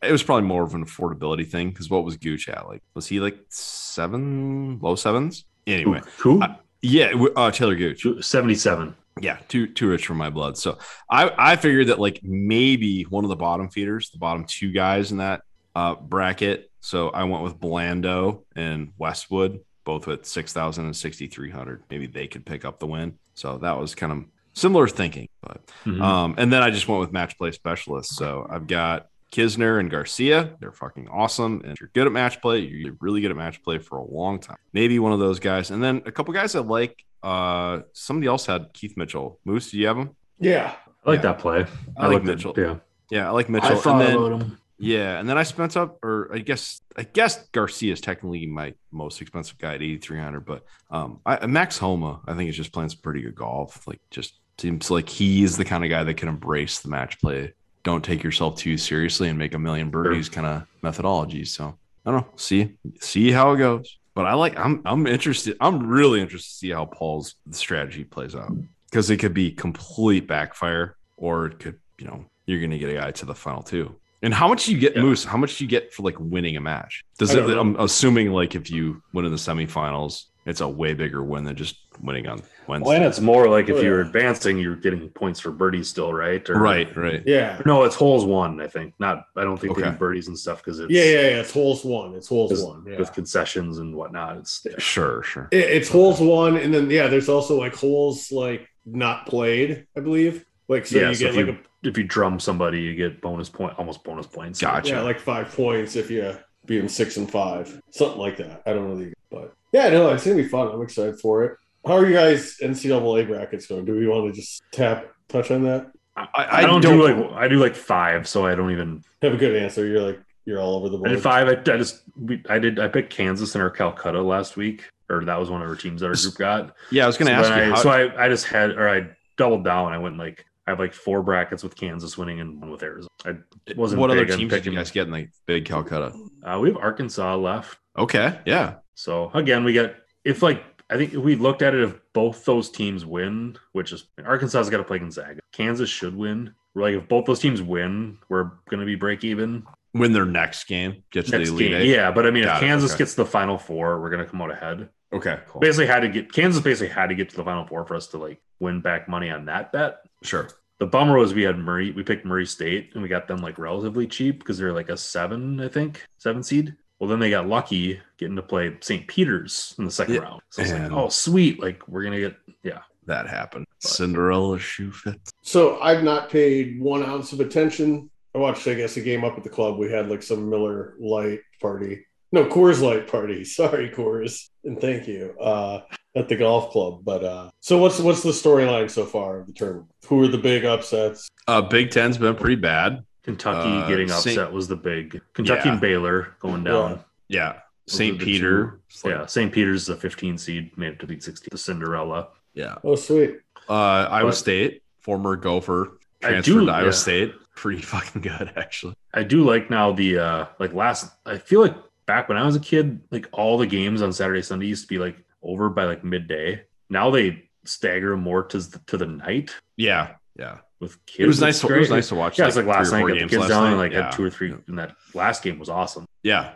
D: it was probably more of an affordability thing because what was Gooch at? Like, was he like seven, low sevens? Anyway,
E: Who?
D: I- yeah, w- uh, Taylor Gooch
E: Who? Seventy-seven.
D: yeah, too too rich for my blood. So I I figured that like maybe one of the bottom feeders, the bottom two guys in that uh, bracket. So I went with Blando and Westwood, both at six thousand and sixty three hundred. Maybe they could pick up the win. So that was kind of similar thinking, but
E: Mhm.
D: um, and then I just went with match play specialists. So I've got Kisner and Garcia. They're fucking awesome. And if you're good at match play, you're really good at match play for a long time. Maybe one of those guys. And then a couple guys I like. Uh, somebody else had Keith Mitchell. Moose, do you have him?
C: Yeah.
E: I like
D: yeah.
E: that play.
D: I like
E: looked at-
D: Mitchell.
E: Yeah,
D: Yeah, I like
E: I
D: Mitchell. and
E: thought
D: then,
E: about him.
D: yeah, and then I spent up, or I guess, I guess Garcia is technically my most expensive guy at eighty three hundred. But um, I, Max Homa, I think is just playing some pretty good golf. Like, just seems like he is the kind of guy that can embrace the match play. Don't take yourself too seriously and make a million birdies kind of methodology. So I don't know. See, see how it goes. But I like. I'm I'm interested. I'm really interested to see how Paul's strategy plays out because it could be complete backfire or it could you know you're gonna get a guy to the final two and how much do you get
E: Yeah.
D: moose how much do you get for like winning a match does
C: I
D: it
C: don't know.
D: i'm assuming like if you win in the semifinals it's a way bigger win than just winning on wednesday
E: Well, and it's more like if
C: Oh,
E: you're
C: yeah.
E: advancing, you're getting points for birdies still, right? Or,
D: right right
C: Yeah.
E: No, it's holes one. I think not. I don't think they
D: Okay.
E: do birdies and stuff because it's
C: Yeah, yeah, yeah. It's holes one. It's holes
E: Just
C: one. Yeah.
E: with concessions and whatnot. It's
D: sure sure
C: It- it's holes one, and then yeah, there's also like holes like not played, I believe. Like so
E: yeah.
C: you
E: so
C: get
E: if
C: like
E: you
C: a
E: if you drum somebody, you get bonus point, almost bonus points.
D: Gotcha.
C: Yeah, like five points if you beat them six and five, something like that. I don't really, but yeah, no, it's gonna be fun. I'm excited for it. How are you guys NCAA brackets going? Do we want to just tap touch on that?
E: I,
D: I
E: don't,
D: don't-
E: do like I do like five, so I don't even.
C: Have a good answer. You're like you're all over the
E: I
C: board.
E: did five. I, I just we, I did I picked Kansas and our Calcutta last week, or that was one of our teams that our group got.
D: yeah i was gonna
E: so
D: ask
E: then
D: you
E: I,
D: how,
E: so I, I just had or I doubled down. I went like I have like four brackets with Kansas winning and one with Arizona. I, wasn't
D: what other
E: big on
D: teams did you
E: picking.
D: guys get in the big calcutta
E: uh, we have Arkansas left.
D: okay yeah
E: So again, we got if like I think if we looked at it, if both those teams win, which is Arkansas's got to play Gonzaga, Kansas should win. We're like, if both those teams win, we're going to be break even
D: Win their next game, get to
E: next
D: the Elite
E: game.
D: Eight.
E: Yeah, but I mean,
D: Got
E: if
D: it,
E: Kansas
D: okay.
E: gets to the Final Four, we're going to come out ahead.
D: Okay, cool.
E: Basically, had to get Kansas basically had to get to the Final Four for us to like win back money on that bet.
D: Sure.
E: The bummer was we had Murray. We picked Murray State and we got them like relatively cheap because they're like a seven, I think, seven seed. Well, then they got lucky getting to play St. Peter's in the second
D: Yeah,
E: round. So it's like,
D: and-
E: oh, sweet. Like, we're going to get, yeah.
D: That happened. Cinderella shoe fit.
C: So I've not paid one ounce of attention. I watched, I guess, a game up at the club. We had like some Miller Light party. No, Coors Light party. Sorry, Coors. And thank you. Uh at the golf club. But uh so what's what's the storyline so far of the tournament? Who are the big upsets?
D: Uh, Big Ten's been pretty bad.
E: Kentucky
D: Uh,
E: getting
D: St-
E: upset was the big Kentucky
D: Yeah.
E: and Baylor going down.
C: Yeah.
D: Yeah.
E: Those are
D: St.
E: the
D: Peter.
E: two. Yeah, St. Peter's is a 15 seed, made it to Elite 16. The Cinderella.
D: Yeah.
C: Oh sweet.
D: Uh, Iowa
E: But-
D: State, former Gopher,
E: I
D: transferred
E: do-
D: to Iowa
E: yeah.
D: State. Pretty fucking good, actually.
E: I do like now the uh like last I feel like back when I was a kid, like all the games on Saturday, Sunday used to be like over by like midday. Now they stagger more to the, to the night
D: Yeah, yeah.
E: with kids.
D: It was
E: It's
D: nice. To, it
E: great.
D: was nice to watch.
E: Yeah, it's like
D: three or
E: last night,
D: four
E: got the
D: games
E: kids
D: last
E: down and
D: night.
E: like
D: yeah.
E: had two or three, and that last game was awesome.
D: Yeah,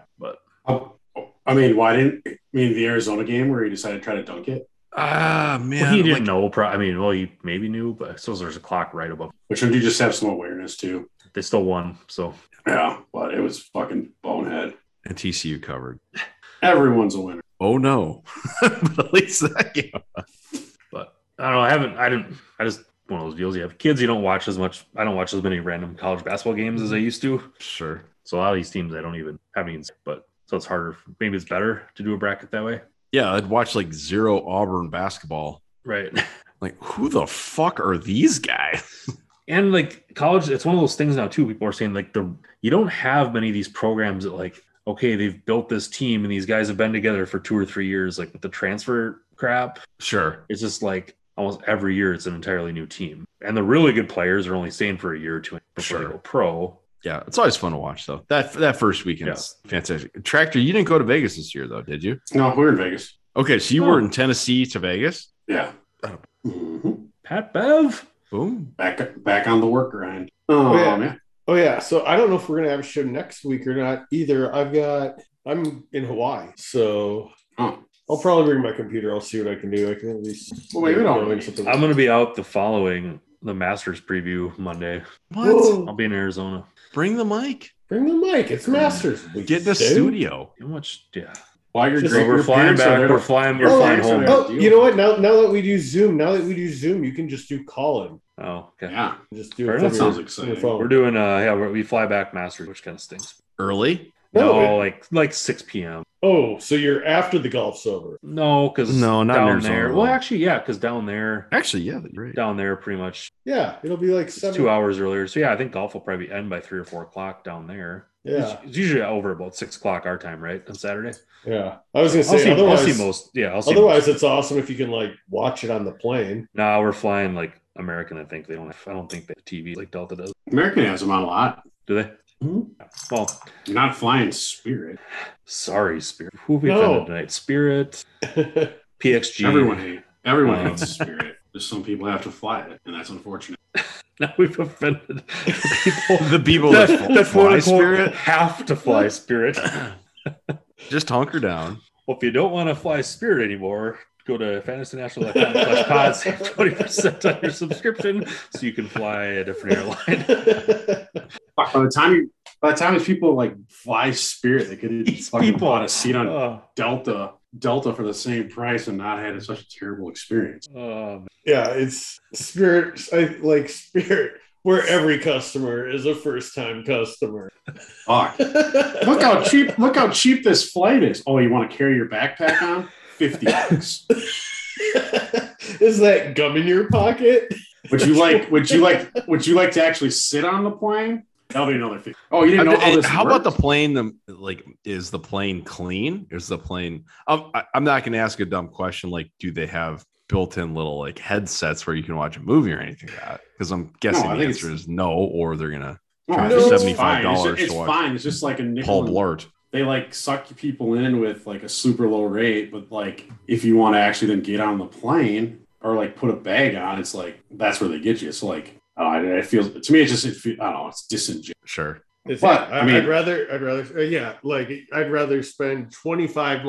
B: Oh, I mean, why didn't I mean the Arizona game where he decided to try to dunk it,
D: ah man,
E: well, he didn't
D: like,
E: know. Pro- I mean, well, he maybe knew, but I suppose there's a clock right above.
B: which one do you just have some awareness to?
E: They still won, so
B: Yeah, but it was fucking bonehead.
D: and TCU covered.
B: Everyone's a winner.
D: Oh no, but at least that game.
E: But I don't know. I haven't. I didn't. I just one of those deals. You have kids. You don't watch as much. I don't watch as many random college basketball games as I used to.
D: Sure.
E: So a lot of these teams I don't even haven't even. But so it's harder. Maybe it's better to do a bracket that way.
D: Yeah, I'd watch like zero Auburn basketball.
E: Right.
D: Like, who the fuck are these guys?
E: And like college, it's one of those things now too. People are saying like the you don't have many of these programs that like okay they've built this team and these guys have been together for two or three years. Like with the transfer crap,
D: Sure.
E: it's just like almost every year it's an entirely new team. And the really good players are only staying for a year or two before
D: Sure.
E: they go pro.
D: Yeah, it's always fun to watch though. That that first weekend's fantastic. Tractor, you didn't go to Vegas this year though, did you?
B: No, we're in Vegas.
D: Okay, so you
E: No.
D: were in Tennessee to Vegas.
B: Yeah.
D: Oh.
B: Mhm.
E: Pat Bev.
D: Boom.
B: Back back on the work grind. Oh,
C: Yeah.
B: man.
C: Oh yeah. So I don't know if we're gonna have a show next week or not either. I've got I'm in Hawaii, so
B: Oh.
C: I'll probably bring my computer. I'll see what I can do. I can at least.
B: Well, wait, we don't-
C: go in something-
E: I'm going to be out the following the Masters preview Monday.
D: What?
C: Whoa.
E: I'll be in Arizona.
D: Bring the mic.
C: Bring the mic. It's Masters. Week,
D: Get in the
C: dude.
D: studio.
E: How much? Yeah.
B: Why you're
C: Just-
E: So
B: drinking
E: we're
B: your
E: flying
B: beer, so
E: back.
B: they're-
E: We're flying. We're
C: Oh,
E: flying
B: yeah, so
E: home.
B: they're-
E: Oh,
C: Oh, you know what? Now, now that we do Zoom, now that we do Zoom, you can just do calling.
E: Oh, okay.
B: Yeah.
C: Just do
E: Fair
C: it.
E: enough.
C: from
B: Sounds
C: your-
B: exciting.
C: from your phone.
E: We're doing. uh Yeah, we're, we fly back Masters, which kind of stinks.
D: Early?
E: No,
C: No, it-
E: like like 6 p.m.
C: oh, so you're after the golf's over.
E: No, because
D: No, not in
E: down
D: Arizona.
E: there. Well, actually, yeah, because down there,
D: Actually, yeah, you're right.
E: down there, pretty much
C: Yeah, it'll be like
E: it's
C: seven.
E: two hours earlier. So yeah, I think golf will probably end by three or four o'clock down there.
C: Yeah,
E: It's, it's usually over about six o'clock our time, right? On Saturday.
C: yeah. I was gonna
E: I'll
C: say
E: see, I'll
C: otherwise.
E: see most. Yeah, I'll see
C: otherwise, it's awesome if you can like watch it on the plane.
E: No, we're flying like American. I think they don't. Have, I don't think they have TV like Delta does.
B: American has them on a lot.
E: Do they? Well,
B: You're not flying Spirit.
E: sorry, Spirit. Who have we
C: No.
E: offended tonight? Spirit, PXG.
B: Everyone hates. Everyone
E: Um,
B: hates Spirit. Just some people have to fly it, and that's unfortunate.
E: Now we've offended people.
D: The people
E: that,
D: that,
E: that
D: fly
E: quote, unquote
D: spirit,
E: have to fly Spirit.
D: just hunker down.
E: Well, if you don't want to fly Spirit anymore, go to fantasynational.com slash pod, save 20% on your subscription so you can fly a different airline.
B: Fuck, by the time you, by the time these people like fly Spirit, they could have
E: These
B: just fucking
E: people.
B: bought a seat on
E: Oh,
B: Delta Delta for the same price and not had such a terrible experience.
E: oh,
C: yeah, it's Spirit. I like Spirit, where every customer is a first-time customer.
B: Fuck. Look how cheap! Look how cheap this flight is. Oh, you want to carry your backpack on? Fifty bucks.
C: is that gum in your pocket?
B: Would you like? Would you like? Would you like to actually sit on the plane? That'll be another fifty. Oh, you didn't know how
D: Uh, How,
B: this.
D: about the
B: worked?
D: plane? The like, is the plane clean? Is the plane? I'm, I- I'm not going to ask a dumb question. Like, do they have built-in little like headsets where you can watch a movie or anything like that? Because I'm guessing
B: I
D: the
B: think it's-
D: answer is no, or they're gonna
B: No,
D: charge
B: it's
D: $75
B: fine. It's,
D: to
B: it's
D: watch
B: fine. It's just like a nickel.
D: Paul
B: and-
D: Blart.
B: They like suck people in with like a super low rate, but like if you want to actually then get on the plane or like put a bag on, it's like that's where they get you. So like. I don't know, it feels to me. It just it feel, I don't know. It's disingenuous.
D: Sure.
C: It's,
B: But,
C: I,
B: I mean-
C: would rather, I'd rather, uh, yeah, like I'd rather spend twenty five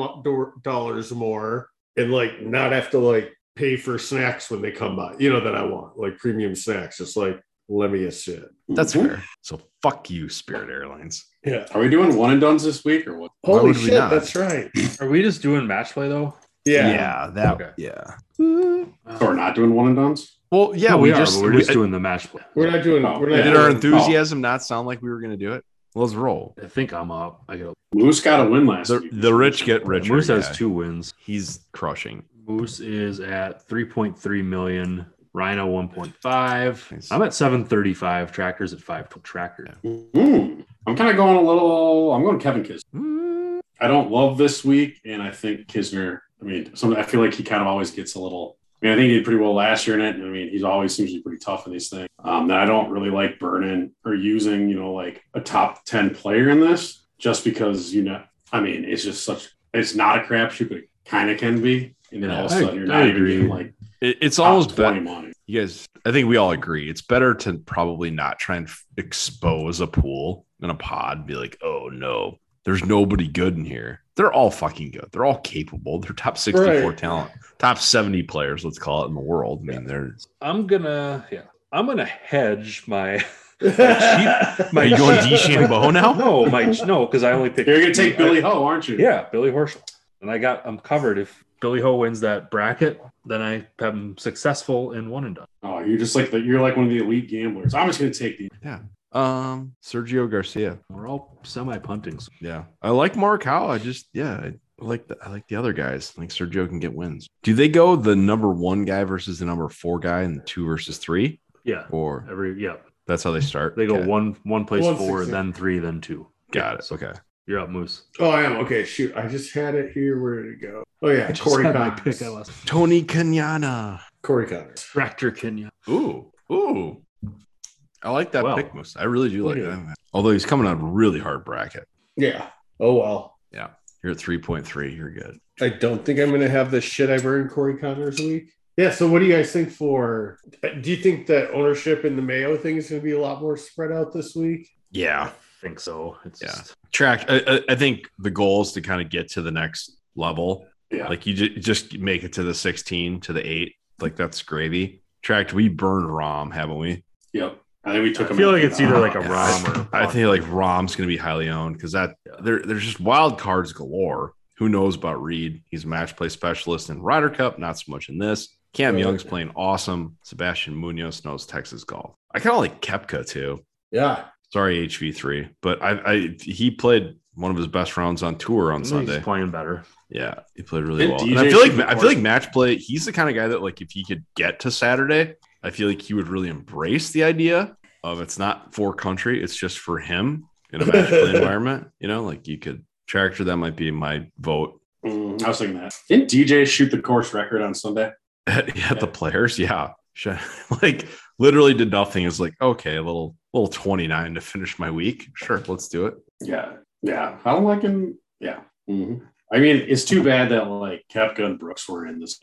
C: dollars more and like not have to like pay for snacks when they come by. You know that I want like premium snacks. Just like let me a shit.
D: That's
B: Mhm.
D: fair. So fuck you, Spirit Airlines.
C: Yeah.
B: Are we doing one and duns this week or what?
D: Why
C: Holy
D: would we
C: shit,
D: not?
C: that's right.
E: Are we just doing match play though?
C: Yeah.
D: that.
E: Okay.
D: Yeah.
B: So we're not doing one and duns.
D: Well, yeah,
E: No,
D: we,
E: are,
D: just
E: but we're
D: we-
E: just doing the match play.
C: We're not doing.
B: Oh,
C: we're
B: yeah.
C: not
D: did our
C: doing-
D: enthusiasm not sound like we were going to do it? Let's roll.
E: I think I'm up. I got
B: Oh, Moose got a win last
D: The,
B: week.
D: the rich get richer.
E: Moose
D: yeah.
E: has two wins.
D: He's crushing.
E: Moose is at 3.3 million. Rhino 1.5.
D: Nice.
E: I'm at 735. Tracker's at 5. Tracker.
D: Yeah.
B: Mm. I'm kind of going a little. I'm going Kevin Kisner.
D: Mm.
B: I don't love this week, and I think Kisner. I mean, some, I feel like he kind of always gets a little. I mean, I think he did pretty well last year in it. and I mean, he's always seems to be pretty tough in these things. Um, then I don't really like burning or using, you know, like a top ten player in this, just because you know. I mean, it's just such. It's not a crapshoot, but it kind of can be. And then all of a
E: Yeah, I-
B: sudden, you're
E: I
B: not even
E: agree.
B: getting like
D: It, it's
B: top
D: almost
B: twenty
D: better.
B: money.
D: You guys, I think we all agree it's better to probably not try and f- expose a pool in a pod. And be like, oh no, there's nobody good in here. They're all fucking good. They're all capable. They're top 64
C: Right.
D: talent, top 70 players, let's call it in the world. I mean, they're
E: I'm gonna yeah. I'm gonna hedge my
D: Are you going DeChambeau now?
E: no my no because I only picked.
B: You're gonna take
E: I-
B: Billy Ho, aren't you?
E: Yeah, Billy Horschel. And I got I'm covered. If Billy Ho wins that bracket, then I have him successful in one and done.
B: Oh, you're just like the, you're like one of the elite gamblers. I'm just gonna take the.
D: um Sergio Garcia.
E: We're all semi punting. So
D: Yeah, I like Mark Howe. I just yeah, I like the I like the other guys. I think Sergio can get wins. Do they go the number one guy versus the number four guy and the two versus three?
E: yeah,
D: Or
E: every yeah
D: that's how they start.
E: they go
D: Okay,
E: one one place
C: One
E: four,
C: sixteen.
E: then three, then two.
D: Got it. Okay.
E: You're up, Moose.
C: Oh, I am okay. Shoot, I just had it here. Where did it go? Oh yeah,
E: I just
C: Corey
E: had my
C: Connors.
E: pick. I lost.
D: Tony Kenyana.
C: Corey Connors.
E: Tractor Kenya.
D: Ooh ooh. I like that
E: Well.
D: pick most. I really do like
C: Yeah.
D: that. Although he's coming on a really hard bracket.
C: Yeah. Oh well.
D: You're at three point three. You're good.
C: I don't think I'm going to have the shit I burned Corey Connors week. Yeah. So, what do you guys think for? Do you think that ownership in the Mayo thing is going to be a lot more spread out this week?
D: Yeah.
E: I think so. It's
D: Yeah.
E: just
D: Track. I, I- I think the goal is to kind of get to the next level.
B: Yeah.
D: Like you ju- just make it to the 16 to the 8. Like that's gravy. Tracked, we burned Rom, haven't we?
B: Yep. I think we took
E: I
B: him.
E: feel
B: out.
E: like it's either like a
D: Yeah.
E: ROM or
D: I think like Rom's going to be highly owned because that
E: Yeah.
D: there, there's just wild cards galore. Who knows about Reed? He's a match play specialist in Ryder Cup, not so much in this. Cam
C: Right.
D: Young's playing awesome. Sebastian Munoz knows Texas golf. I kind of like Kepka too.
C: Yeah.
D: Sorry, HV3, but I, I he played one of his best rounds on tour on
E: He's
D: Sunday.
E: playing better.
D: Yeah, he played really
B: And
D: well.
B: DJ
D: And I feel like
B: should be
D: I feel like match play. He's the kind of guy that like if he could get to Saturday, I feel like he would really embrace the idea of it's not for country, it's just for him in a match play environment. You know, like you could tractor. That might be my vote
B: Mm, I was thinking that. Didn't DJ shoot the course record on Sunday?
D: at, at the players. Yeah, Sh- like literally did nothing. Is like okay, a little little twenty nine to finish my week. Sure, let's do it.
B: Yeah. Yeah. I don't like him. Yeah.
E: Mm-hmm.
B: Mhm. I mean, it's too bad that like Kepka and Brooks were in this.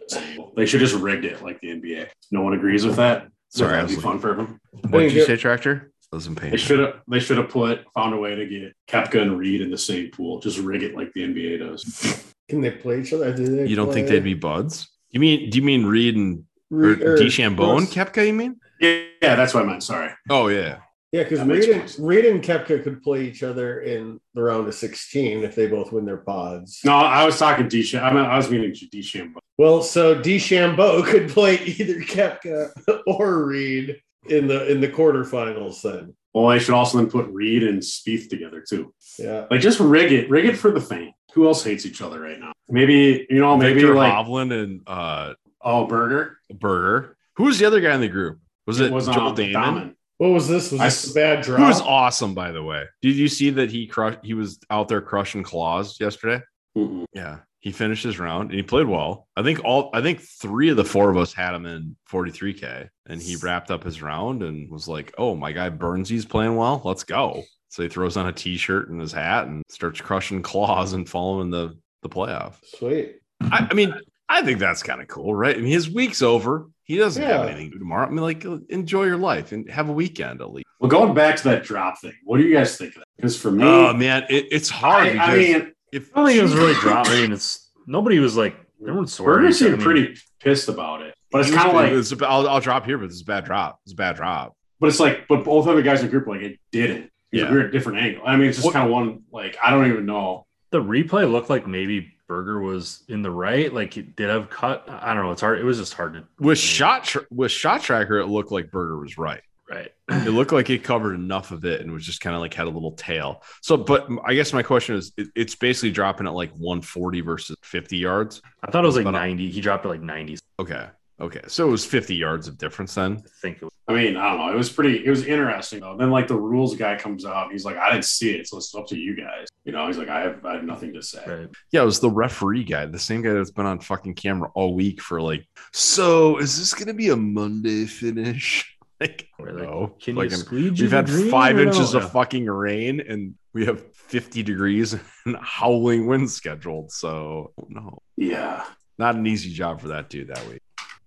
B: They should just rigged it like the NBA. No one agrees with that. So
D: Sorry, I
B: that'd be
D: was like,
B: fun for them.
D: what did you
C: Yeah.
D: say, tractor? I was in pain.
B: They should have. They should have put found a way to get Kepka and Reed in the same pool. Just rig it like the NBA does.
C: Can they play each other? Do they
D: You don't think
C: play-
D: they'd be buds? You mean? Do you mean Reed and or
C: Reed- or-
D: DeChambeau and
C: Brooks-
D: Kepka? You mean?
B: Yeah, yeah, that's what I meant. Sorry.
D: Oh yeah.
C: Yeah, because
B: That makes
C: Reed, and-
B: sense.
C: Reed and Kepka could play each other in the round of 16 if they both win their pods.
B: No, I was talking Desham. I, mean, I was meaning Desham.
C: Well, so DeChambeau could play either Kepka or Reed in the in the quarterfinals. Then,
B: Well, they should also then put Reed and Spieth together too.
C: yeah.
B: Like just rig it, rig it for the fame. Who else hates each other right now? Maybe you know, Oh, maybe
D: Victor
B: like
D: Hovland and uh,
B: oh, Berger
D: Berger. Who was the other guy in the group? Was it,
B: was
D: Joel
B: on
D: Damon?
B: Damon.
C: What was this? Was
B: I
C: this
B: s-
C: a bad
D: Who was
C: draw?
D: awesome, by the way. Did you see that he crushed? He was out there crushing claws yesterday.
B: Mm-mm.
D: Yeah, he finished his round and he played well. I think all. I think three of the four of us had him in 43k, and he wrapped up his round and was like, "Oh, my guy Burnsy's playing well. Let's go." So he throws on a t-shirt and his hat and starts crushing claws and following the the playoff.
C: Sweet.
D: I, I mean, I think that's kind of cool, right? I mean, his week's over. He doesn't have
C: Yeah.
D: anything to do tomorrow. I mean, like, enjoy your life and have a weekend at least.
B: Well, going back to that drop thing, what do you guys think of that? Because for me,
D: Oh man, it, it's hard
B: I,
D: because
B: I mean,
D: if
E: I don't think it was really drop. I mean, it's nobody was like everyone's sort
B: Burger
E: of
B: seemed pretty pissed about it, but it's kind of like,
D: it's a, I'll, I'll drop here, but it's a bad drop. It's a bad drop.
B: but it's like, but both other guys in the group were like it didn't.
D: Yeah.
B: Yeah. We're at a different angle. I mean, it's just
D: What-
B: kind of one like I don't even know.
E: the replay looked like maybe Berger was in the right. Like he did have cut. I don't know. It's hard. It was just hard to
D: With
B: Mm.
D: shot tr with shot tracker, it looked like Berger was right.
E: right.
D: It looked like it covered enough of it and was just kind of like had a little tail. So, but I guess my question is, it, it's basically dropping at like 140 versus 50 yards.
E: I thought it was like
D: But I-
E: ninety. He dropped it like ninety.
D: Okay, okay, so it was 50 yards of difference then.
E: I think it was.
B: I mean, I don't know. It was pretty. It was interesting though. Then like the rules guy comes out. And he's like, I didn't see it, so it's up to you guys. You know, he's like, I have, I have nothing to say.
E: Right.
D: Yeah, it was the referee guy, the same guy that's been on fucking camera all week for like. So is this gonna be a Monday finish? Like,
E: Where, like,
D: no.
E: Can
D: Like,
E: you
D: I'm-
E: squeeze
D: We've
E: your
D: had
E: green
D: five
E: or
D: inches
E: no?
D: of fucking rain and we have 50 degrees and howling winds scheduled. So, oh, no,
B: Yeah.
D: not an easy job for that dude that week.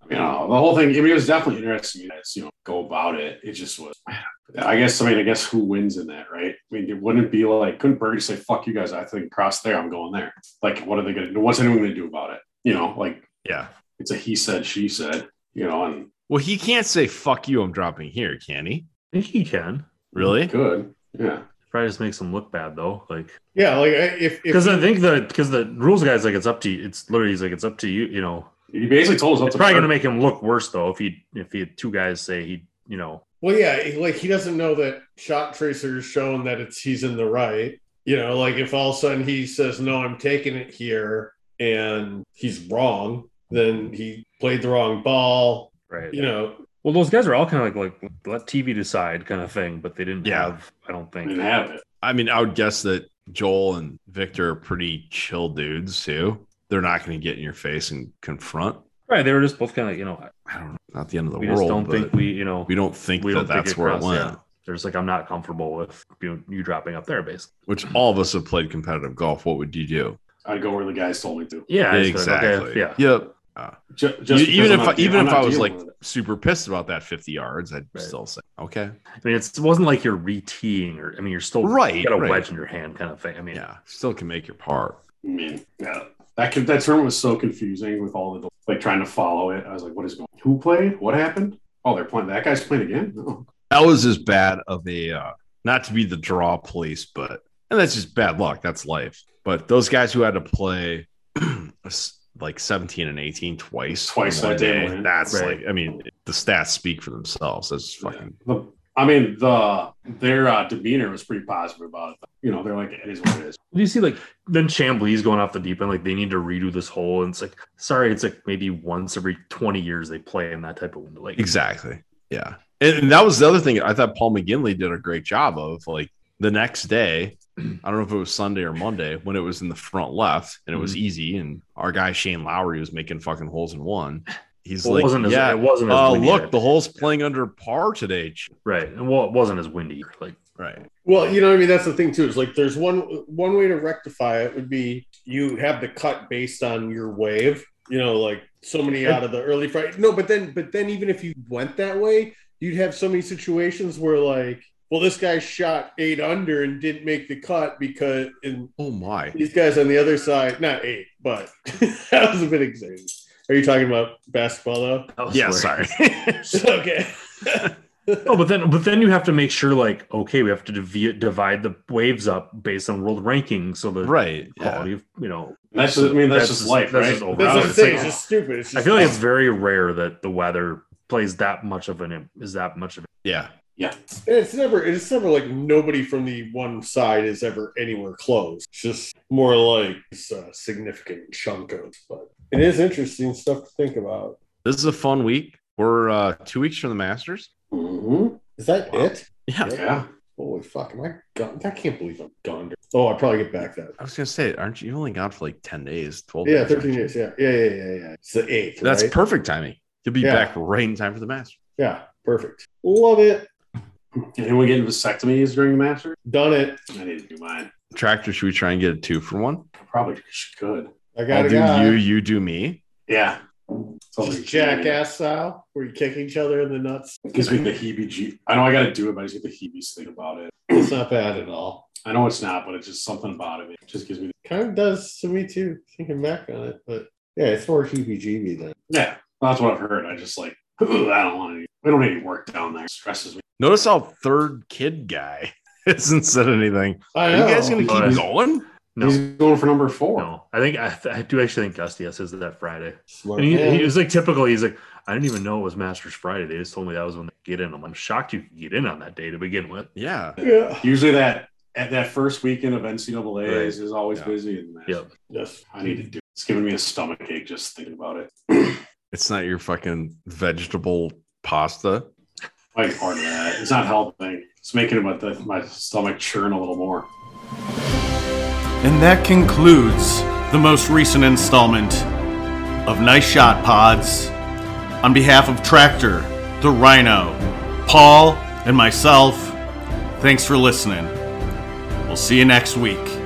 B: you know, the whole thing. I mean, it was definitely interesting as you know go about it. It just was. I guess. I mean, I guess who wins in that, right? I mean, it wouldn't be like couldn't Bernie say, "Fuck you guys, I think cross there, I'm going there." Like, what are they gonna? What's anyone gonna do about it? You know, like
D: Yeah.
B: it's a he said, she said. You know, and
D: Well, he can't say, fuck you, I'm dropping here, can he?
E: I think he can.
D: Really?
B: good. Yeah,
E: Probably just makes him look bad though. Like
C: Yeah, like I- if if
E: because I think the because the rules guy's like it's up to you. It's literally he's like it's up to you. You know,
B: he basically told us.
E: it's probably gonna make him look worse though if he if he had two guys say he you know
C: well, yeah, like he doesn't know that shot tracer is showing that it's he's in the right. You know, like if all of a sudden he says no, I'm taking it here, and he's wrong, then he played the wrong ball.
E: right.
C: You know,
E: Well, those guys are all kind of like like let TV decide kind of thing, but they didn't
D: Yeah.
E: have. I don't
B: didn't
E: think.
B: have it.
D: I mean, I would guess that Joel and Victor are pretty chill dudes too. They're not going to get in your face and confront.
E: Right, they were just both kind of you know.
D: I don't know, not the end of the
E: we
D: world.
E: just don't
D: but
E: think we you know
D: we don't think
E: we
D: that
E: don't think
D: that's
E: it
D: where
E: crossed,
D: it went.
E: yeah. They're just like I'm not comfortable with you, you dropping up there, basically.
D: Which all of us have played competitive golf. What would you do?
B: I'd go where the guys told me to.
E: Yeah, I just feel like, okay,
D: Exactly.
E: yeah.
D: Yep.
B: Ju-
D: You-
B: Just
D: even
B: because
D: if
B: I'm
D: I,
B: not-
D: even
B: I'm
D: if
B: not
D: I was
B: dealing
D: like
B: with it.
D: super pissed about that 50 yards, I'd
E: Right.
D: still say okay,
E: I mean, it's, it wasn't like you're reteeing or I mean, you're still
D: Right,
E: You got a
D: right.
E: wedge in your hand, kind of thing. I mean,
D: yeah, still can make your part.
B: I mean, yeah. That, could, that term was so confusing with all the like trying to follow it. I was like, what is going Who played? What happened? Oh, they're playing. That guy's playing again? No.
D: That was as bad of a uh, not to be the draw police, but and that's just bad luck. That's life. But those guys who had to play s- like 17 and 18 twice,
B: Twice
D: in one
B: that day,
D: like,
B: man.
D: that's
E: Right.
D: like I mean the stats speak for themselves. That's fucking
B: The, I mean, the their uh, demeanor was pretty positive about it. You know, they're like, it is what it is.
E: do you see like then Chambly's going off the deep end? Like they need to redo this hole, and it's like sorry, it's like maybe once every twenty years they play in that type of window. Like
D: Exactly. Yeah. And, and that was the other thing I thought Paul McGinley did a great job of. Like the next day, I don't know if it was Sunday or Monday when it was in the front left and it was
E: Mm-hmm.
D: easy. And our guy Shane Lowry was making fucking holes in one. He's
E: Well, it
D: like,
E: wasn't as,
D: yeah.
E: it wasn't as
D: Uh,
E: windy,
D: look,
E: right?
D: the hole's playing under par today. Ch-
E: right, and well, it wasn't as windy. Like
D: Right.
C: Well, you know, what I mean, that's the thing too. Is like there's one one way to rectify it would be you have the cut based on your wave. You know, like so many out of the early Friday. No, but then but then even if you went that way, you'd have so many situations where like, well, this guy shot eight under and didn't make the cut because and
D: Oh my.
C: these guys on the other side, not eight, but that was a bit exaggerated. Are you talking about basketball though?
E: that was
D: Yeah,
E: where-
D: sorry.
C: okay.
E: Oh, but then but then you have to make sure like okay, we have to devi- divide the waves up based on world ranking, so the
D: right. Yeah.
E: quality of you know.
B: That's just, I mean, that's, just, life,
E: that's
B: right?
E: just overall.
C: That's what I'm
E: It's
C: saying.
E: like-
C: It's just stupid. It's just
E: I feel like it's very rare that the weather plays that much of an is that much of
D: Yeah.
C: And it's never it's never like nobody from the one side is ever anywhere close. It's just more like it's a significant chunk of but it is interesting stuff to think about.
D: This is a fun week. We're uh, two weeks from the Masters.
B: Mhm.
C: Is that
D: Wow.
C: it?
D: Yeah.
B: Yeah.
C: Holy fuck, am I gone? I can't believe I'm gone. Oh, I'll probably get back that.
D: I was going to say, aren't you you've only gone for like 10 days, 12
C: Yeah,
D: days,
C: 13
D: aren't you?
C: years. Yeah. Yeah, yeah, yeah, yeah. It's the eighth.
D: That's
C: right?
D: perfect timing. You'll be
C: Yeah.
D: back right in time for the Masters.
C: yeah, perfect. Love it.
B: Anyone getting vasectomies during the Masters?
C: Done it.
B: I need to do mine.
D: Tractor, should we try and get a two for one?
B: I probably should.
C: I got
D: I'll
C: a
D: do
C: guy.
D: you, you do me.
B: Yeah.
C: Just jackass style, where you kick each other in the nuts.
B: Gives me the heebie. I know I got to do it, but I just get the heebies thing about it.
C: It's not bad at all.
B: I know it's not, but it's just something about it. It just gives me.
C: Kind of does to me too, thinking back on it. But yeah, it's more heebie-jeebie than
B: Yeah, that's what I've heard. I just like. I don't want any. We don't need any work down there. It stresses me.
D: Notice how third kid guy hasn't said anything.
C: I
D: Are you guys
C: know.
D: going to
E: but-
D: keep going?
E: No.
B: He's going for number four.
E: No, I think I, I do actually think Dusty S is that Friday.
D: Oh,
C: Smart
E: And he,
C: man.
E: he was like typical. He's like, I didn't even know it was Masters Friday. They just told me that was when they get in. I'm like, shocked you could get in on that day to begin with.
D: Yeah.
C: yeah.
B: Usually that at that first weekend of NCAA is, is always
D: Yeah.
B: busy. And that's-
E: Yep.
C: Yes.
B: I need to do. It's giving me a stomach ache just thinking about it.
D: It's not your fucking vegetable pasta.
B: Like part of that. It's not helping. It's making my my stomach churn a little more.
A: And that concludes the most recent installment of Nice Shot Pods. On behalf of Tractor, the Rhino, Paul, and myself, thanks for listening. We'll see you next week.